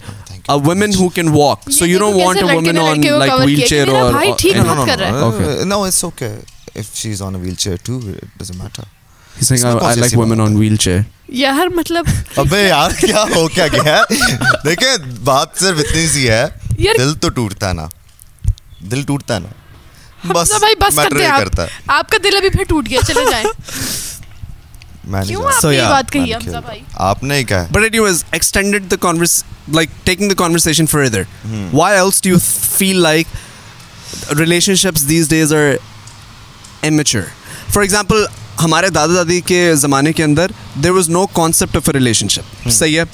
A: women who can walk so you don't want a woman on like wheelchair اور
C: Uh, no it's okay if she is on a wheelchair too it doesn't matter
A: I like women on wheelchair
B: یار مطلب
C: ابے یار کیا ہو کیا گیا دیکھیں بات صرف اتنی سی ہے دل تو ٹوٹتا ہے نا دل ٹوٹتا ہے نا بس
B: حمزہ بھائی بس
C: میٹر
B: کرتے
C: نہیں
B: ہیں
C: کرتا
B: آپ آپ کا دل ابھی پھر ٹوٹ گیا چلے جائیں
C: میں
B: کیوں
C: نہیں
B: آپ نے یہ بات کہی حمزہ بھائی
C: آپ نے کہا
A: but it was extended the converse like taking the conversation for other why else do you feel like relationships these days are immature for example ہمارے دادا دادی کے زمانے کے اندر there was no concept of a relationship صحیح ہے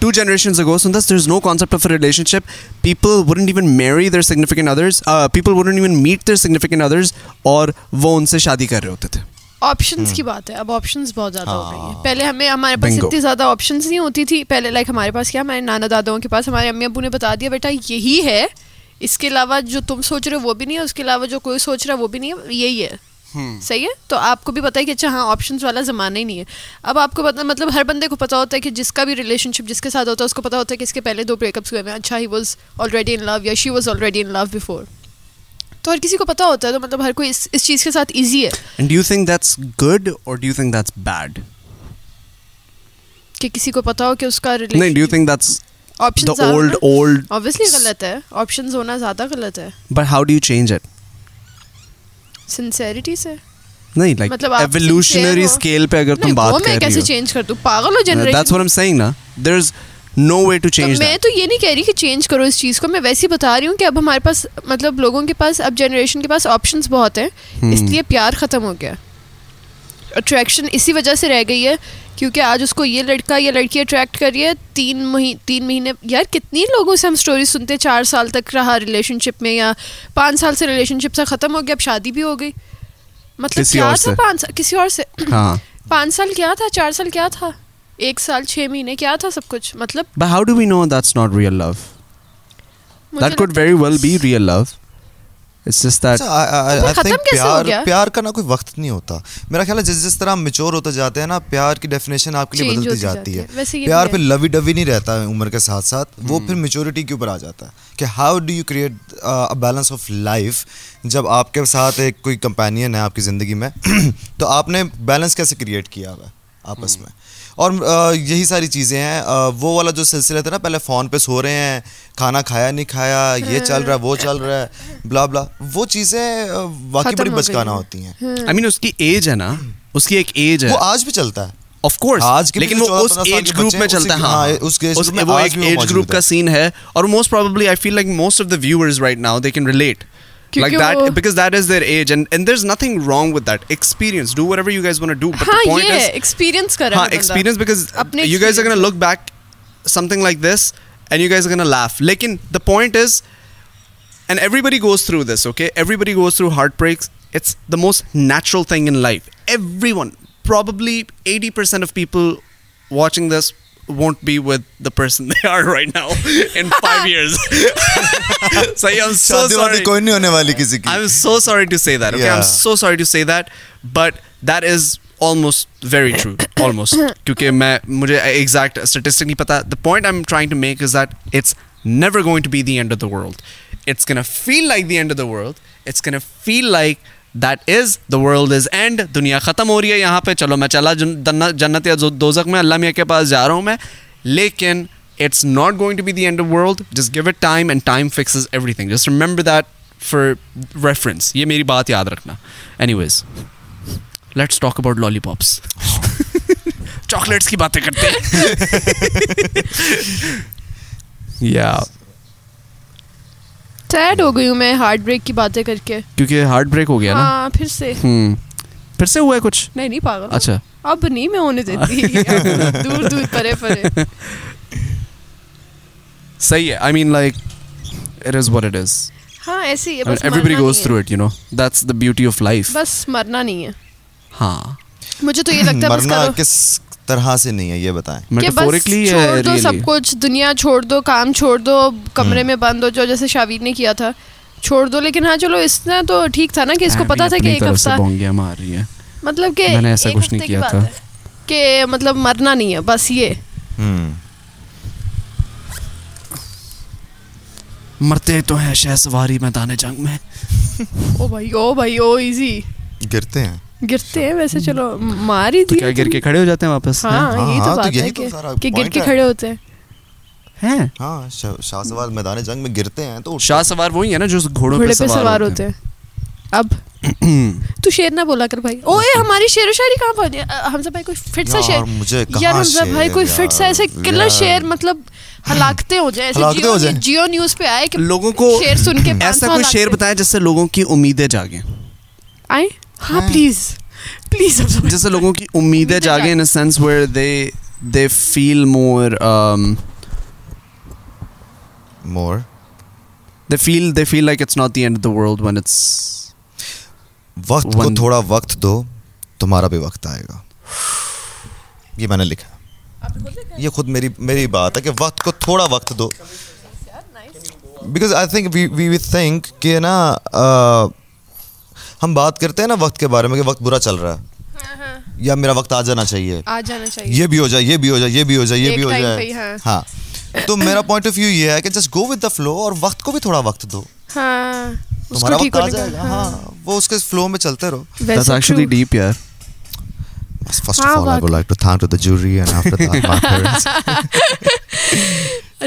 A: two generations ago sun this there is no concept of a relationship people wouldn't even marry their significant others people wouldn't even meat their significant others اور وہ ان سے شادی کر رہے ہوتے تھے
B: آپشنس کی بات ہے اب آپشنس بہت زیادہ ہو گئی ہیں پہلے ہمیں ہمارے پاس
A: Bingo.
B: اتنی زیادہ آپشنس نہیں ہوتی تھی پہلے لائک ہمارے پاس کیا ہمارے نانا داداؤں کے پاس ہمارے امی ابو نے بتا دیا بیٹا یہی ہے اس کے علاوہ جو تم سوچ رہے ہو وہ بھی نہیں ہے اس کے علاوہ جو کوئی سوچ رہا ہے وہ بھی نہیں ہے یہی ہے صحیح ہے تو آپ کو بھی پتا ہے کہ اچھا ہاں آپشنس والا زمانہ ہی نہیں ہے اب آپ کو پتا مطلب ہر بندے کو پتا ہوتا ہے کہ جس کا بھی ریلیشن شپ جس کے ساتھ ہوتا ہے اس کو پتا ہوتا ہے کہ اس کے پہلے دو بریک اپس ہوئے ہیں اچھا he was already in love یا she was already in love before تو ہر کسی کو پتا ہوتا ہے تو مطلب ہر کوئی اس اس چیز کے ساتھ ایزی ہے
A: and do you think that's good اور do you think that's bad
B: کہ کسی کو پتا ہو کہ اس کا
A: نہیں do you think that's the old
B: option
A: old
B: obviously غلط ہے آپشنز ہونا زیادہ غلط ہے
A: but how do you change it
B: sincerity سے
A: نہیں لائک
B: مطلب آپ
A: ایولیوشنری
B: sincere ہو۔
A: اسکیل پہ اگر تم
B: نہیں، وہ
A: بات
B: میں
A: کر
B: کیسے
A: رہی
B: چینج کر دوں پاگل ہو
A: ہو that's
B: generation
A: what I'm saying نا there is no way to change
B: میں تو یہ نہیں کہہ رہی کہ چینج کرو اس چیز کو میں ویسے ہی بتا رہی ہوں کہ اب ہمارے پاس مطلب لوگوں کے پاس اب جنریشن کے پاس آپشنس بہت ہیں اس لیے پیار ختم ہو گیا اٹریکشن اسی وجہ سے رہ گئی ہے کیونکہ آج اس کو یہ لڑکا یا لڑکی اٹریکٹ کر رہی ہے تین مہی تین مہینے یار کتنی لوگوں سے ہم سٹوری سنتے ہیں، چار سال تک رہا ریلیشن شپ میں یا پانچ سال سے ریلیشن شپ سے ختم ہو گیا اب شادی بھی ہو گئی मतलब
A: किसी
B: क्या
A: और
B: था
A: से।
B: पाँच सा- किसी और से
A: हाँ
B: पाँच साल क्या था चार साल क्या था एक साल छः महीने क्या था सब कुछ मतलब
A: but how do we know that's not real love
B: मुझे
A: that could
B: लगता है
A: very well be real love it's just that
C: अच्छा, I- I-
B: वो
C: I
B: खत्म
C: think
B: कैसे हो
C: प्यार
B: गया?
C: प्यार का ना कोई वक्त नहीं होता मेरा ख्याल है जिस जिस तरह हम mature होते जाते हैं ना प्यार की डेफिनेशन आपके लिए
B: Change
C: बदलती
B: होती
C: जाती
B: जाती
C: है
B: है। वैसे ये
C: प्यार
B: भी
C: फिर
B: है।
C: लवी डवी नहीं रहता है उम्र के साथ साथ वो
A: Hmm.
C: फिर मेच्योरिटी के ऊपर आ जाता है कि how do you create a balance of life जब आपके साथ एक कोई कंपेनियन है आपकी ज़िंदगी में तो आपने बैलेंस कैसे क्रिएट किया हुआ है आपस
A: Hmm.
C: में और अ, यही सारी चीज़ें हैं अ, वो वाला जो सिलसिला था ना पहले फ़ोन पे सो रहे हैं खाना खाया नहीं खाया ये चल रहा है वो चल रहा है ब्ला ब्ला वो चीज़ें अ, वाकई
B: खत्म
C: बड़ी
B: हो गई
C: बचकाना
B: हैं।
C: होती हैं
A: i mean उसकी एज है ना उसकी एक एज
C: वो
A: है
C: आज भी चलता है
A: ऑफ कोर्स
C: आज के भी
A: लेकिन
C: जो
A: वो उस
C: 14-15 साल के
A: एज
C: बच्चे
A: ग्रुप में
C: हैं,
A: चलता है
C: उसी-
A: हाँ
C: हाँ, उसके age
A: उस-
C: group में
A: वो
C: आज
A: एक
C: भी वो
A: एज
C: मौजूद
A: ग्रुप का
C: है।
A: सीन है और most probably I feel like most of the viewers right now they can relate Like
B: क्योंकि
A: that,
B: वो-
A: because that is their age, and, and there's nothing wrong with that. Experience, do whatever you guys want to do. But
B: हाँ
A: the point
B: ये
A: is, ہاں،
B: experience कर रहा
A: हाँ
B: है बंदा।
A: एक्सपीरियंस बिकॉज
B: अपने
A: you guys are gonna
B: experience
A: look back something like this and you guys are gonna laugh लेकिन the point is and everybody goes through this okay everybody goes through heartbreaks it's the most natural thing in life everyone probably 80% of people watching this won't be with the person they are right now in five years so I'm so
C: शादी वादी
A: sorry
C: कोई नहीं होने वाली किसी की
A: I'm so sorry to say that. Okay, I'm
C: Yeah.
A: so sorry to say that, but that is almost very true. almost. क्योंकि मैं मुझे exact statistic नहीं पता. The point I'm trying to make is that it's never going to be the end of the world. It's gonna feel like the end of the world. It's gonna feel like that is the world is end दुनिया ख़त्म हो रही है यहाँ पे चलो मैं चला जन- दन्ना- जन्नत या दोजक में अल्लाह मियाँ के पास जा रहा हूँ मैं लेकिन it's not going to be the end of the world just give it time and time fixes everything just remember that for reference ये मेरी बात याद रखना anyways let's talk about lollipops chocolates की बातें करते हैं yeah
B: सैड हो गई हूँ मैं हार्ट ब्रेक की बातें करके
A: क्योंकि हार्ट ब्रेक हो गया ना
B: हाँ फिर से
A: हम्म फिर से हुआ है कुछ
B: नहीं नहीं पागल
A: अच्छा
B: अब नहीं मैं होने देती अब दूर दूर परे परे
A: सही है I mean like it is what it is
B: हाँ ऐसे ही है
A: I mean,
B: बस
A: everybody
B: मरना
A: goes
B: नहीं
A: through
B: है।
A: it you know that's the beauty of life
B: बस मरना नहीं है
A: हाँ
B: मुझे तो ये लगता है बस
C: मरना
B: करो
C: किस तरह से नहीं है ये बताएं
B: कि बस
A: metaphorically या
B: छोड़ दो सब
A: really?
B: कुछ दुनिया छोड़ दो काम छोड़ दो
A: Hmm.
B: कमरे में बंद हो जाओ जैसे शावीर ने किया था छोड़ दो लेकिन हाँ चलो इसने तो ठीक था ना कि इसको
A: मैं
B: पता
A: भी
B: था कि
A: अपनी
B: एक
A: तरफ से
B: हफ्ता
A: बोंगियां मार रही है
B: मतलब कि
A: मैंने ऐसा
B: एक
A: कुछ नहीं
B: हफ्ते की
A: किया
B: बात
A: था।
B: है। कि मतलब मरना नहीं है बस ये
C: हम्म
A: मरते तो हैं शह सवारी मैदान जंग में
B: ओ भाई ओ भाई ओ इजी
C: गिरते हैं
B: गिरते हैं वैसे चलो मार ही
A: तो क्या
B: दिया
A: गिर के खड़े हो जाते हैं वापस
B: हाँ,
C: हाँ,
B: यही
C: हाँ,
B: तो
C: तो
B: बात
C: यही
B: है
C: तो
B: कि
C: सारा
B: कि गिर
C: point
B: के
C: है।
B: खड़े होते हैं
A: हैं हैं?
C: हाँ शाह सवार मैदान जंग में गिरते हैं तो
A: शाह सवार वही है ना जो घोड़ों
B: घोड़े पे सवार होते हैं अब तू शेर ना बोला कर भाई ओए हमारी शेर व शायरी कहाँ पहुंच गया हमजा भाई कोई फिट सा
C: यार,
B: शेर
C: मुझे कहाँ
B: यार हमजा
C: शेर,
B: भाई कोई
C: यार,
B: फिट सा ऐसे किलर
C: यार।
B: शेर मतलब हलाकते हो जाए ऐसे
C: हलाकते हो
B: जियो,
C: जाएं।
B: जियो न्यूज पे आए कि
A: लोगों को
B: शेर सुन के
A: ऐसा कोई शेर बताया जिससे लोगों की उम्मीदें जागे
B: आए हाँ
C: हाँ।
B: प्लीज प्लीज हमजा भाई
A: जिससे लोगों की उम्मीदें
B: उम्मीदें
A: जागे
B: जागे।
A: In sense where they they feel more they
C: more
A: feel they feel like it's not the end of the world when it's
C: वक्त को
A: One-
C: थोड़ा वक्त दो तुम्हारा भी वक्त आएगा ये मैंने लिखा है। ये खुद मेरी मेरी बात है कि वक्त को थोड़ा वक्त दो because I think we we think कि ना अ, हम बात करते हैं ना वक्त के बारे में कि वक्त बुरा चल रहा है या मेरा वक्त आ जाना चाहिए
B: आ जाना चाहिए
C: ये भी हो जाए ये भी हो जाए ये भी हो जाए ये
B: एक
C: भी हो
B: time पे
C: जाए
B: ही, हाँ।
C: हाँ तो मेरा पॉइंट ऑफ व्यू ये है कि just go with the flow और वक्त को भी थोड़ा वक्त दो
B: हाँ
C: तुम्हारा
B: उसको ठीक
C: वक्त आ
B: होने का
C: जाएगा हाँ वो उसके फ्लो में चलते रहो
A: दैट्स
B: वैसे
A: एक्चुअली
B: ہاں، true।
A: डीप यार
C: First of
B: हाँ,
C: all, I
B: बात-
C: would like to thank to the jury and after that my parents.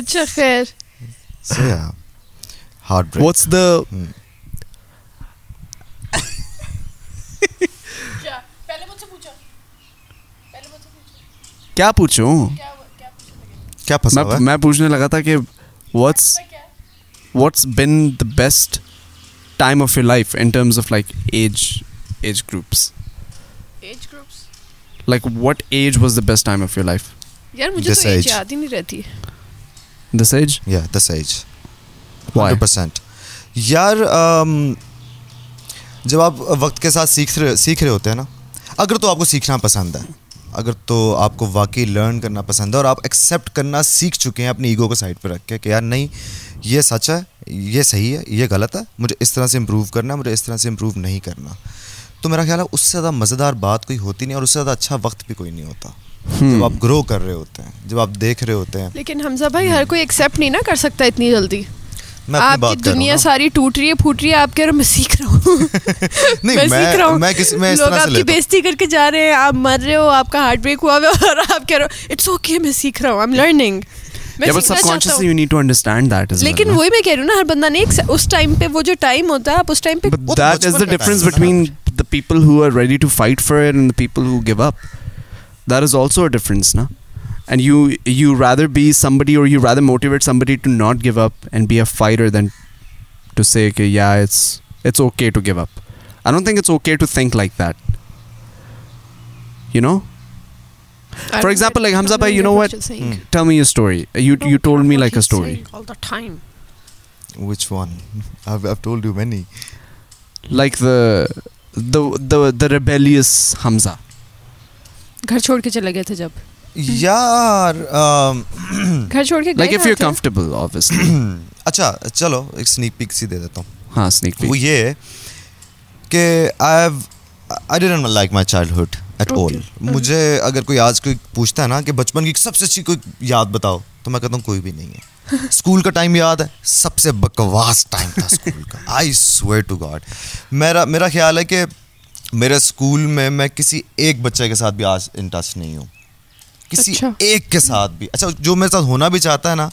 B: अच्छा खैर
C: So yeah, heartbreak.
A: What's the
B: पहले मुझसे पूछो पहले मुझसे पूछो
A: क्या पूछूं
B: क्या क्या
C: क्या फंसा हुआ
A: मैं
C: है?
A: मैं पूछने लगा था कि what's what's been the best time of your life in terms of like age age groups
B: age groups
A: like what age was the best time of your life
B: यार मुझे
C: This
B: तो एज
C: age.
B: याद ही नहीं रहती
A: this age
C: Yeah, this age.
A: Why?
C: Hundred percent. यार um, جب آپ وقت کے ساتھ سیکھ رہے سیکھ رہے ہوتے ہیں نا اگر تو آپ کو سیکھنا پسند ہے اگر تو آپ کو واقعی لرن کرنا پسند ہے اور آپ ایکسیپٹ کرنا سیکھ چکے ہیں اپنی ایگو کو سائڈ پہ رکھ کے کہ یار نہیں یہ سچ ہے یہ صحیح ہے یہ غلط ہے مجھے اس طرح سے امپروو کرنا ہے مجھے اس طرح سے امپروو نہیں کرنا تو میرا خیال ہے اس سے زیادہ مزیدار بات کوئی ہوتی نہیں اور اس سے زیادہ اچھا وقت بھی کوئی نہیں ہوتا جب آپ گرو کر رہے ہوتے ہیں جب آپ دیکھ رہے ہوتے ہیں
B: لیکن حمزہ بھائی ہر کوئی ایکسیپٹ نہیں نا کر سکتا اتنی جلدی
C: میں اپنی
B: آپ کی
C: بات کر رہا
B: دنیا
C: ہوں
B: ساری ٹوٹ رہی ہے پھوٹ رہی ہے آپ کہہ رہے میں سیکھ رہا ہوں میں
C: نہیں
B: سیکھ رہا
C: میں
B: ہوں
C: میں کسی میں اس
B: لوگ
C: طرح سے
B: آپ کی
C: لیتا ہوں
B: بےزتی کر کے جا رہے ہیں آپ مر رہے ہو آپ کا ہارٹ بریک ہوا ہوا ہے اور آپ کہہ رہے ہو اٹس اوکے میں سیکھ رہا ہوں آئی ایم لرننگ میں
A: Yeah, but
B: سیکھنا چاہتا ہوں
A: subconsciously you need to understand that as
B: لیکن
A: well.
B: وہی میں کہہ رہی ہوں نا ہر بندہ نے اس ٹائم پہ وہ جو ٹائم ہوتا ہے آپ اس ٹائم پہ
A: But
C: وہ تو
A: that is
C: بچپن
A: the
C: کا time
A: difference
C: ہوتا ہے نا۔
A: between the people who are ready to fight for it and the people who give up. That is also a difference, na? And you you rather be somebody or you rather motivate somebody to not give up and be a fighter than to say, okay, yeah, it's it's okay to give up. I don't think it's okay to think like that. You know? For example, like Hamza Bhai, you know what?
C: Hmm.
A: Tell me your story. You you told me like a story.
C: Which one? I've, I've told you many.
A: Like the the the the rebellious Hamza.
B: گھر چھوڑ کے چلے گئے تھے جب
C: یار um,
B: گھر چھوڑ کے
A: Like if you're comfortable, obviously.
C: اچھا چلو ایک سنیک پک سی دے دیتا ہوں
A: ہاں sneak peek.
C: وہ یہ ہے کہ I I don't like my childhood at all
B: Okay.
C: مجھے اگر کوئی آج کوئی پوچھتا ہے نا کہ بچپن کی سب سے اچھی کوئی یاد بتاؤ تو میں کہتا ہوں کوئی بھی نہیں ہے اسکول کا ٹائم یاد ہے سب سے بکواس ٹائم تھا اسکول کا آئی سویئر ٹو گاڈ میرا میرا خیال ہے کہ میرے اسکول میں میں کسی ایک بچے کے ساتھ بھی آج ان ٹچ نہیں ہوں کسی
B: اچھا۔
C: ایک کے ساتھ بھی اچھا جو میرے ساتھ ہونا بھی چاہتا ہے نا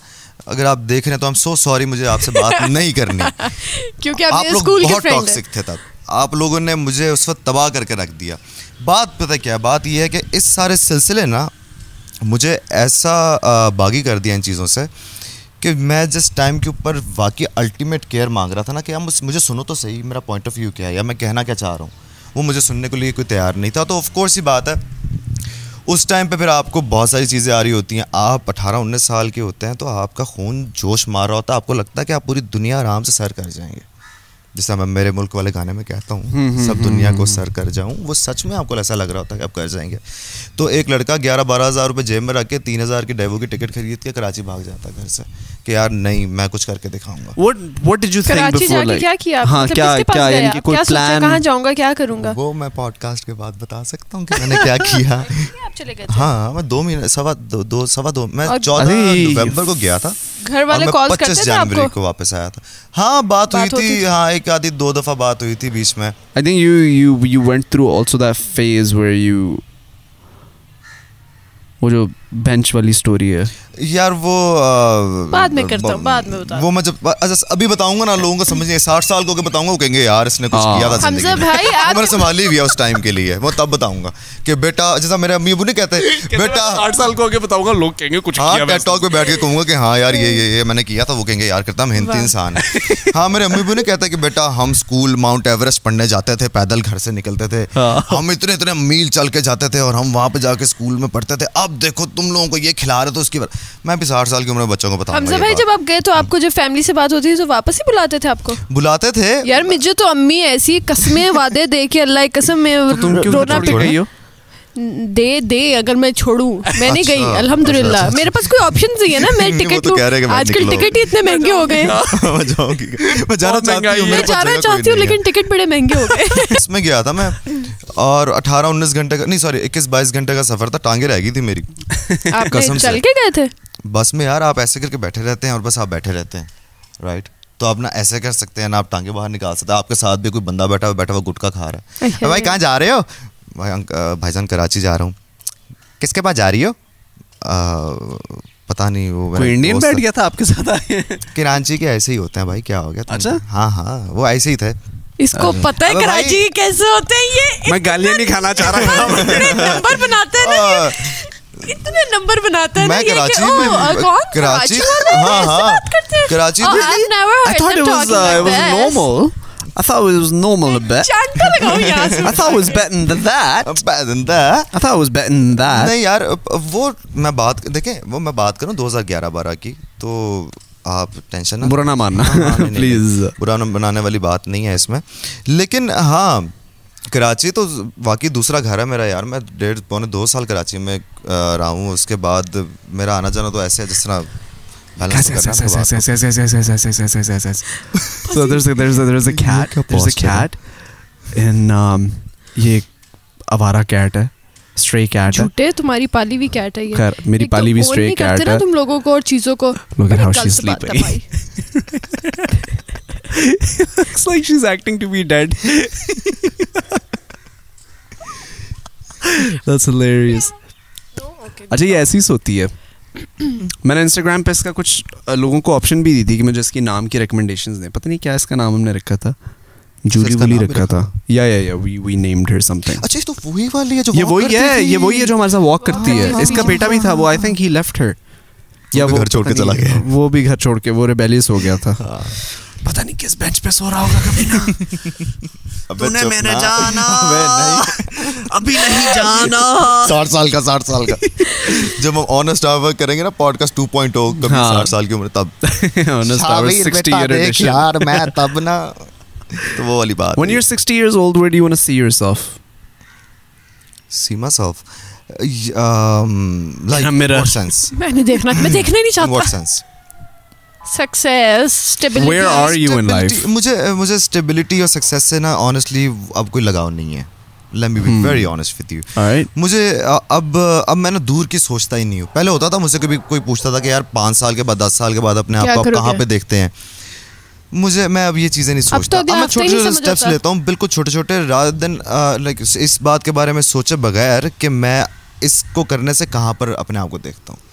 C: اگر آپ دیکھ رہے ہیں تو آئی ایم سو سوری مجھے آپ سے بات نہیں کرنی
B: کیونکہ آپ
C: آپ
B: میرے
C: لوگ
B: اسکول کے
C: بہت
B: فرینڈ ہیں
C: ٹاکسک تھے تب آپ لوگوں نے مجھے اس وقت تباہ کر کے رکھ دیا بات پتہ کیا ہے بات یہ ہے کہ اس سارے سلسلے نا مجھے ایسا باغی کر دیا ان چیزوں سے کہ میں جس ٹائم کے اوپر واقعی الٹیمیٹ کیئر مانگ رہا تھا نا کہ ہم مجھے سنو تو صحیح میرا پوائنٹ آف ویو کیا ہے یا میں کہنا کیا چاہ رہا ہوں وہ مجھے سننے کے لیے کوئی تیار نہیں تھا تو آف کورس ہی بات ہے اس ٹائم پہ پھر آپ کو بہت ساری چیزیں آ رہی ہوتی ہیں آپ اٹھارہ انیس سال کے ہوتے ہیں تو آپ کا خون جوش مار رہا ہوتا ہے آپ کو لگتا ہے کہ آپ پوری دنیا آرام سے سیر کر جائیں گے جس طرح میں میرے ملک والے گانے میں کہتا ہوں سب دنیا کو سر کر جاؤں وہ سچ میں آپ کو ایسا لگ رہا ہوتا ہے کہ آپ کر جائیں گے تو ایک لڑکا گیارہ بارہ ہزار روپے جیب میں رکھ کے تین ہزار کی ڈیبو کی ٹکٹ خرید کے کراچی بھاگ جاتا ہے گھر سے کہ یار نہیں میں کچھ کر کے دکھاؤں گا
A: What What did you think
B: Karachi جا
A: before
B: کے
A: like
B: کیا کیا
A: ہاں کیا کیا یعنی کہ کوئی پلان
B: کہاں جاؤں گا کیا کروں گا
C: وہ میں پوڈ کاسٹ کے بعد بتا سکتا ہوں کہ میں نے کیا کیا
B: آپ چلے گئے
C: ہاں میں دو مہینے سوا دو دو سوا دو میں
B: اور-
C: چودہ
A: ارے،
C: نومبر کو گیا تھا
B: گھر والے
C: اور میں
B: کال کرتے
C: پچیس
B: تھے آپ
C: جنوری
B: کو
C: کو واپس آیا تھا ہاں بات ہوئی
B: بات ہوتی
C: تھی
B: تھی۔
C: ہاں ایک آدھی دو دفعہ بات ہوئی تھی بیچ میں
A: I think you you you went through also that phase where you وہ جو bench والی story ہے
C: یار وہ
B: بعد میں کرتا ہوں، بعد میں بتا
C: وہ میں جب اچھا ابھی بتاؤں گا نا لوگوں کو سمجھیں ساٹھ سال کو کہ بتاؤں گا وہ کہیں گے یار اس نے کچھ کیا تھا
B: حمزہ
C: زندگی میں
B: بھائی
C: میں نے
B: آپ
C: سنبھال ہی لیا اس ٹائم کے لیے وہ تب بتاؤں گا کہ بیٹا جیسا میرے امی ابو نہیں کہتے بیٹا
A: آٹھ سال کو آگے بتاؤں گا لوگ کہیں گے کچھ
C: ہاں ٹیک ٹاک پہ بیٹھ کے کہوں گا کہ ہاں یار یہ یہ یہ میں نے کیا تھا وہ کہیں گے یار کرتا محنتی انسان ہے ہاں میرے امی ابو نے کہتا کہ بیٹا ہم اسکول ماؤنٹ ایوریسٹ پڑھنے جاتے تھے پیدل گھر سے نکلتے تھے ہم اتنے اتنے میل چل کے جاتے تھے اور ہم وہاں پہ جا کے اسکول میں پڑھتے تھے اب دیکھو تم لوگوں کو یہ کھلا رہے تو اس کی میں بھی ساٹھ سال کی عمر میں بچوں کو بتاؤں
B: حمزہ بھائی جب
C: گا
B: آپ گئے تو آپ کو جب فیملی سے بات ہوتی تھی تو واپس ہی بلاتے تھے آپ کو
C: بلاتے تھے
B: یار مجھے تو امی ایسی قسمیں وعدے دے کے اللہ کی قسم میں
A: تم کیوں
B: رونا
A: چھوڑ کے
B: پڑ
A: گئی ہو
B: دے دے اگر میں چھوڑوں میں نہیں گئی الحمد للہ میرے پاس کوئی آپشن نہیں ہے نا میں ٹکٹ آج کل ٹکٹ ہی اتنے مہنگے ہو گئے
C: میں جاؤں گی میں جانا چاہتی ہوں
B: میں جانا چاہتی ہوں لیکن ٹکٹ بڑے مہنگے ہو گئے
C: اس میں گیا تھا میں اور اٹھارہ انیس گھنٹے کا نہیں سوری اکیس بائیس گھنٹے کا سفر تھا ٹانگیں رہ گئی تھی میری
B: آپ چل کے گئے تھے
C: بس میں یار آپ ایسے کر کے بیٹھے رہتے ہیں اور بس آپ بیٹھے رہتے ہیں رائٹ تو آپ نہ ایسے کر سکتے ہیں نہ آپ ٹانگیں باہر نکال سکتے ہیں آپ کے ساتھ بھی کوئی بندہ بیٹھا ہوا بیٹھا ہوا گٹکا کھا رہا ہے بھائی کہاں جا رہے ہو بھائی بھائی جان کراچی جا رہا ہوں کس کے پاس جا رہی ہو پتا نہیں وہ
A: کوئی انڈین بیٹھ گیا تھا آپ کے ساتھ
C: کراچی کے ایسے ہی ہوتے ہیں بھائی کیا ہو گیا
A: اچھا۔
C: ہاں ہاں وہ ایسے ہی تھے
B: اس کو پتہ ہے کراچی کیسے ہوتے ہیں یہ ہاں،
A: میں گالیاں نہیں کھانا چاہ رہا ہوں
B: نمبر بناتے ہیں اتنے نمبر بناتے ہیں
C: میں کراچی میں کراچی ہاں ہاں Karachi
A: I thought it was uh, it was normal I thought it was normal a bit I thought it was better than that I thought it was better than that
C: نہیں یار وہ میں بات دیکھیں وہ میں بات کروں دو ہزار گیارہ بارہ کی تو آپ ٹینشن نہ
A: برا نہ ماننا
C: ہاں، ہاں، نہیں، نہیں،
A: پلیز
C: نہیں، برا نہ بنانے والی بات نہیں ہے اس میں لیکن ہاں کراچی تو واقعی دوسرا گھر ہے میرا یار میں ڈیڑھ پونے دو سال کراچی میں آ، رہا ہوں اس کے بعد میرا آنا جانا تو ایسے ہے جس طرح balance کرنا ہے بات کو۔
A: So there's a, there's a, there's a cat.
C: کیا
A: There's a
C: posture ہے؟
A: cat. In um, یہ ایک آوارہ cat ہے. Stray cat ہے.
B: جھوٹے تمہاری پالی ہوئی کیٹ ہے یہ
A: خیر میری
B: ایک تو
A: پالی بھی
B: own
A: stray
B: نہیں کرتے
A: cat
B: نا
A: ہے.
B: تم لوگوں کو اور چیزوں کو
A: Look at
B: بڑی
A: how
B: غلط
A: she's
B: بات ہے
A: sleeping.
B: بھائی۔
A: Looks like she's acting to be dead. That's hilarious. اچھا یہ ایسی سوتی ہے میں نے انسٹاگرام پہ اس کا کچھ آ، لوگوں کو آپشن بھی دی تھی کہ مجھے اس کی نام کی ریکمنڈیشنز دیں پتہ نہیں کیا اس کا نام ہم نے رکھا تھا جولی
C: اس کا
A: ولی
C: نام بھی
A: رکھا
C: رکھا
A: تھا یا یا یا we we named her something
C: اچھا یہ تو وہی والی ہے جو
A: یہ
C: walk
A: وہی
C: کرتی
A: ہے
C: تھی۔ ہاں،
A: یہ وہی ہے جو ہمارے ساتھ واک کرتی ہے اس کا بیٹا بھی تھا وہ I think he left her یا وہ وہ بھی گھر چھوڑ کے وہ ریبیلیس ہو گیا تھا
C: ہاں۔
A: پتہ نہیں کس بینچ پہ سو رہا ہوگا کبھی نا
C: ابے
A: تو نے
C: چپ
A: میرے
C: نہ۔
A: جانا
C: ابے نہیں
A: ابھی نہیں جانا
C: ساٹھ سال کا ساٹھ سال کا جب ہم آنےسٹ ورک کریں گے نا پوڈ کاسٹ ٹو پوائنٹ ہو oh کبھی
A: ہاں۔
C: ساٹھ سال کی عمر تب
A: Oh,
C: شاویر بیٹا دیکھ
A: When
C: یار میں تب نا تو وہ والی بات
A: you're 60 years old, where do you want to see yourself?
C: سیما صاف like
A: In a mirror.
C: What sense
B: میں نے دیکھنا میں دیکھنا ہی نہیں
C: واٹ
B: چاہتا
C: sense
B: success
A: Where are you in life?
C: مجھے مجھے اسٹیبلٹی اور سکسیس سے نا آنیسٹلی اب کوئی لگاؤ نہیں ہے let me
A: Hmm.
C: Be very honest with you
A: All right.
C: مجھے اب اب میں نا دور کی سوچتا ہی نہیں ہوں پہلے ہوتا تھا مجھ سے کبھی کوئی پوچھتا تھا کہ یار پانچ سال کے بعد دس سال کے بعد اپنے آپ کو آپ کہاں پہ دیکھتے ہیں مجھے میں اب یہ چیزیں نہیں سوچتا اب میں چھوٹے چھوٹے اسٹیپس لیتا ہوں بالکل چھوٹے چھوٹے رات دن لائک اس بات کے بارے میں سوچے بغیر کہ میں اس کو کرنے سے کہاں پر اپنے آپ کو دیکھتا ہوں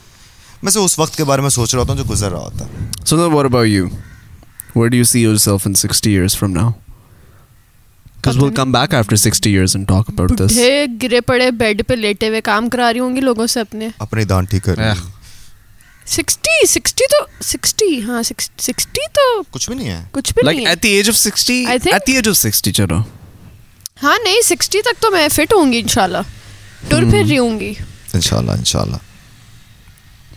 C: میں سے اس وقت کے بارے میں سوچ رہا ہوتا ہوں جو گزر رہا ہوتا ہے
A: So now, what about you? Where do you see yourself in 60 years from now? Because we'll come back after 60 years and talk about this.
B: بڈھے گرے پڑے بیڈ پہ لیٹے ہوئے کام کرا رہی ہوں گی لوگوں سے اپنے
C: اپنے دان ٹھیک کر
B: سکسٹی سکسٹی تو سکسٹی ہاں سکسٹی تو
C: کچھ بھی نہیں ہے
B: کچھ بھی
A: Like
B: نہیں ہے
A: at the age of 60,
B: I think-
A: at the age of 60, chalo.
B: ہاں نہیں سکسٹی تک تو میں فٹ ہوں گی انشاءاللہ ٹور پھر رہی ہوں گی
C: ان شاء اللہ ان شاء اللہ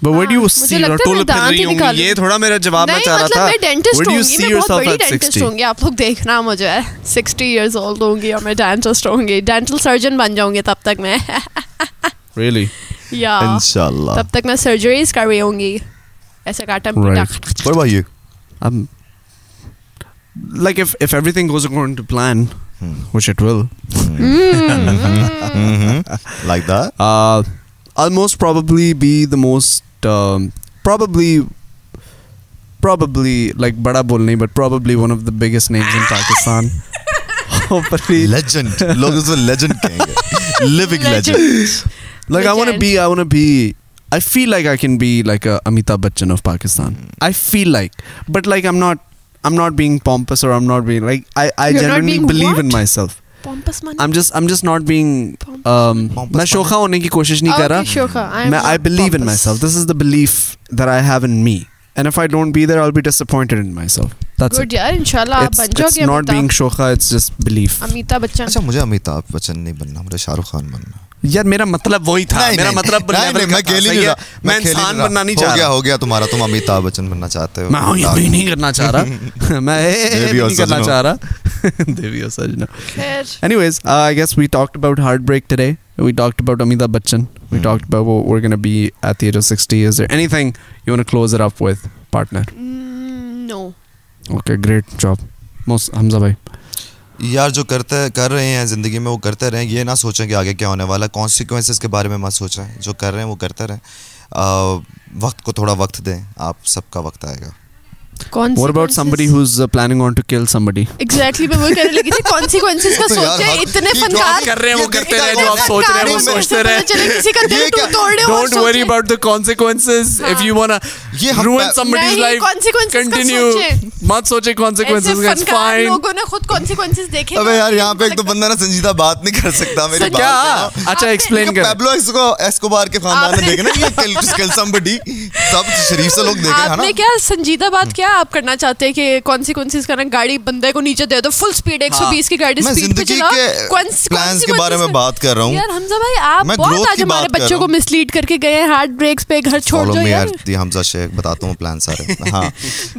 A: But where do you
B: हाँ,
A: see
B: Ah, मुझे
A: your
B: लगता है मैं
A: tulip
B: दांत ही
A: रही
B: निकाल
A: होंगी? ये
B: लूं।
A: थोड़ा मेरा जवाब मैं
B: نہیں
A: चाह रहा
B: مطلب
A: تھا.
B: میں
A: Where
B: ڈینٹسٹ
A: do you
B: ہوں
A: see
B: گی میں بہت
A: yourself
B: بڑی
A: at
B: ڈینٹسٹ
A: 60?
B: ہوں گی آپ لوگ دیکھنا مجھے سکسٹی ایئرز اولڈ ہوں گی اور میں ڈینٹسٹ ہوں گی ڈینٹل سرجن بن جاؤں گی تب تک میں
A: Really?
B: یا
C: ان شاء اللہ
B: تب تک میں سرجریز کر رہی ہوں گی ایسے کاٹا پیٹا
C: پر بھائی
A: Um, like if, if everything goes according to plan,
C: Hmm.
A: which it will,
C: like the
A: Uh, I'll most probably be the most um, probably probably like bada bolni, but probably one of the biggest names in Pakistan. Hopefully,
C: legend لوگ اس کو legend کہیں گے living legend
A: like I want to be. I want to be. I feel like I can be like a Amitabh Bachchan of Pakistan. I feel like, but like I'm not. I'm not being pompous or I'm not being like I. I
B: You're not
A: genuinely
B: being
A: believe in
B: what?
A: myself.
B: Pompous man
A: I'm just. I'm just not being.
B: Pompous.
A: Um,
C: Pompous
A: میں شوخہ ہونے کی کوشش نہیں کر رہا میں I believe in myself this is the belief that I have in me and if I don't be there I be disappointed in myself that's
B: good یار انشاءاللہ آپ بن
A: اٹس
B: جاؤ
A: ناٹ
B: گے
A: بینگ شوخا it's just belief
B: Amitabh Bachchan
C: اچھا مجھے امیتابھ بچن نہیں بننا مجھے شاہ رخ خان بننا
A: یار میرا مطلب وہی تھا میرا مطلب
C: میں کھیل ہی
A: میں انسان بننا نہیں
C: ہو
A: چاہ
C: گیا
A: رہا
C: ہو گیا تمہارا تم امیتابھ بچن بننا چاہتے ہو
A: میں نہیں کرنا چاہ رہا میں نہیں کرنا چاہ رہا دیوی سجنا
B: خیر
A: Anyways, uh, I guess we talked about heartbreak today. We talked about Amitabh Bachchan. We talked about what we're gonna be at the age of sixty. Is there anything you wanna close it up with, partner?
B: Mm, know
A: Okay, great job. Most Hamza bhai.
C: یار جو کرتے کر رہے ہیں زندگی میں وہ کرتے رہیں یہ نہ سوچیں کہ آگے کیا ہونے والا کانسیکوینسز کے بارے میں مت سوچیں جو کر رہے ہیں وہ کرتے رہیں وقت کو تھوڑا وقت دیں آپ سب کا وقت آئے گا
B: کون
A: What about somebody who's uh, planning on to kill somebody?
B: Exactly میں وہ کرنے لگی تھی کانسیکوینسز کا سوچے اتنے فنکار
A: کر رہے ہیں وہ کرتے رہے جو آپ
B: فنکار
A: سوچ رہے ہیں وہ
B: ہیں،
A: سوچتے رہے
B: پتہ چلے کسی کا دل ٹوٹ توڑے اور
A: Don't worry
B: سوچے۔
A: about the consequences. If you wanna
C: یہ ہم
A: ruin
C: پہ-
A: somebody's
B: نہیں،
A: life,
B: consequences کا
A: continue.
B: سوچیں۔
A: مت سوچے
B: ایسے
A: consequences. کا, It's
B: فنکار
A: fine.
B: لوگوں نے خود کانسیکوینسز دیکھے
C: ابے
B: نا،
C: یار یہاں پہ ایک تو
B: لگتا-
C: بندہ نا سنجیدہ بات نہیں کر سکتا میری
B: سچ-
A: کیا
C: بات
A: اچھا ایکسپلین کر
C: پیبلو اس کو ایسکوبار کے خاندان نے دیکھنا یہ کل سب شریف سے لوگ دیکھ رہے ہیں
B: آپ
C: نا
B: نے کیا سنجیدہ بات کیا آپ کرنا چاہتے ہیں کہ کون سی کون سی اس کا نا گاڑی بندے کو نیچے دے دو فل اسپیڈ ایک سو بیس کی گاڑی
C: ہاں۔ میں
B: اسپیڈ پہ
C: زندگی
B: چلاؤ
C: کے
B: کون سی- کون
C: پلانس
B: سی-
C: کے
B: کون
C: بارے
B: سی-
C: میں بات کر رہا ہوں
B: یار حمزہ بھائی آپ
C: میں growth
B: بہت آج
C: کی بات
B: ہمارے
C: کر
B: بچوں
C: رہا
B: کو
C: ہوں۔
B: مسلیڈ کر کے گئے ہیں ہارٹ بریکس پہ گھر چھوڑ
C: فالو
B: دو
C: می
B: یار
C: یار حمزہ شیخ بتاتا ہوں پلان سارے ہاں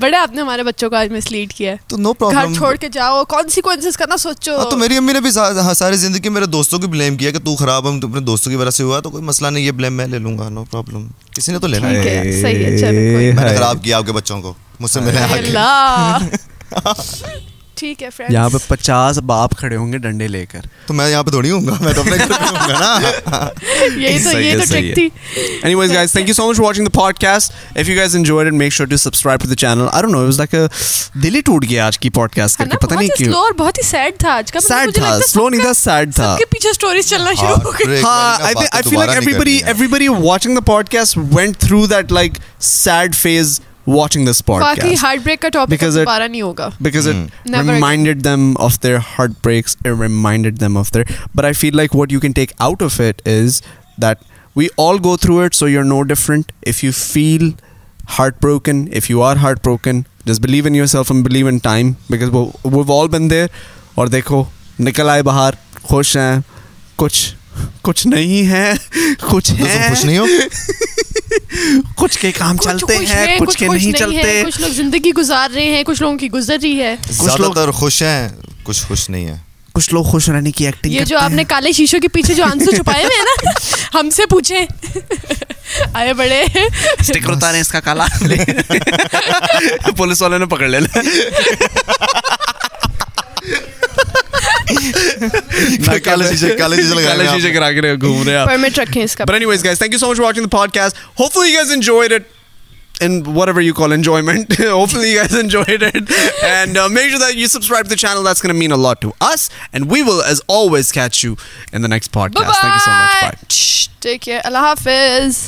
B: بڑے آپ نے ہمارے بچوں کو آج مسلیڈ کیا ہے
C: تو نو
B: گھر
C: پرابلم
B: چھوڑ کے جاؤ کانسیکوینسز کا نہ سوچو
C: تو میری امی نے بھی ہاں، ساری زندگی میرے دوستوں کو بلیم کیا کہ تو خراب ہے اپنے دوستوں کی وجہ سے ہوا تو کوئی مسئلہ نہیں یہ بلیم میں لے لوں گا نو پرابلم کسی نے تو لینا ہے میں نے خراب کیا آپ کے بچوں کو مجھ سے ملے آ کے
B: اللہ ٹھیک ہے friends۔
A: یہاں پہ پچاس باپ کھڑے ہوں گے ڈنڈے لے کر
C: تو میں یہاں پہ تھوڑی ہوں گا میں تو اپنے گھر پہ ہوں گا نا
B: یہی تو یہ تو ٹرک تھی
A: Anyways, guys, thank you so much for watching the podcast. If you guys enjoyed it, make sure to subscribe to the channel. I don't know, it was like a دل ہی ٹوٹ گیا آج کی podcast
B: ہے
A: کر
B: نا
A: کے پتہ نہیں
B: بہت
A: کیوں
B: سلو اور بہت ہی سیڈ تھا آج کا مطلب
A: سیڈ
B: مجھے
A: تھا
B: لگتا ہے
A: سلو
B: سب
A: نہیں
B: کا-
A: تھا سیڈ
B: سب
A: تھا
B: کے پیچھے سٹوریز چلنا شروع ہو گئی باقی
A: ہارٹ
B: ہارٹ بریک کا ٹاپک
A: Because it-
B: دوبارہ نہیں ہوگا Never again.
A: Breaks reminded them of their but I feel like what you can take out of it is that we all go through it so you are no different if you feel heart broken if you are heart broken just believe in yourself and believe in time because وہ all بن دیر اور دیکھو نکل آئے باہر خوش ہیں کچھ کچھ نہیں ہے کچھ
C: تم خوش
A: ہے
C: نہیں ہو
A: کچھ کے کام
B: کچھ
A: چلتے
B: خوش
A: ہیں کچھ کے
B: خوش
A: نہیں
B: ہے،
A: چلتے
B: کچھ لوگ زندگی گزار رہے ہیں کچھ لوگوں کی گزر رہی ہے
C: زیادہ تر خوش ہیں کچھ خوش نہیں ہے
A: کچھ لوگ خوش رہنے کی ایکٹنگ
B: یہ جو آپ نے کالے شیشوں کے پیچھے جو آنسو چھپائے ہوئے ہیں نا ہم سے پوچھیں آئے بڑے
A: اسٹیکر اتارے اس کا کالا پولیس والے نے پکڑ لینا
C: کالے شیشے کالے شیشے
A: کالے
C: لگا
A: شیشے کرا کے گھوم رہے آپ
B: پرمٹ رکھیں اس کا
A: But anyways, guys, thank you so much for watching the podcast. Hopefully, you guys enjoyed it. And whatever you call enjoyment, hopefully you guys enjoyed it. And uh, make sure that you subscribe to the channel. That's going to mean a lot to us. And we will, as always, catch you in the next podcast. Thank you so much. Bye.
B: Bye-bye. Shh, Take care. Allah Hafiz.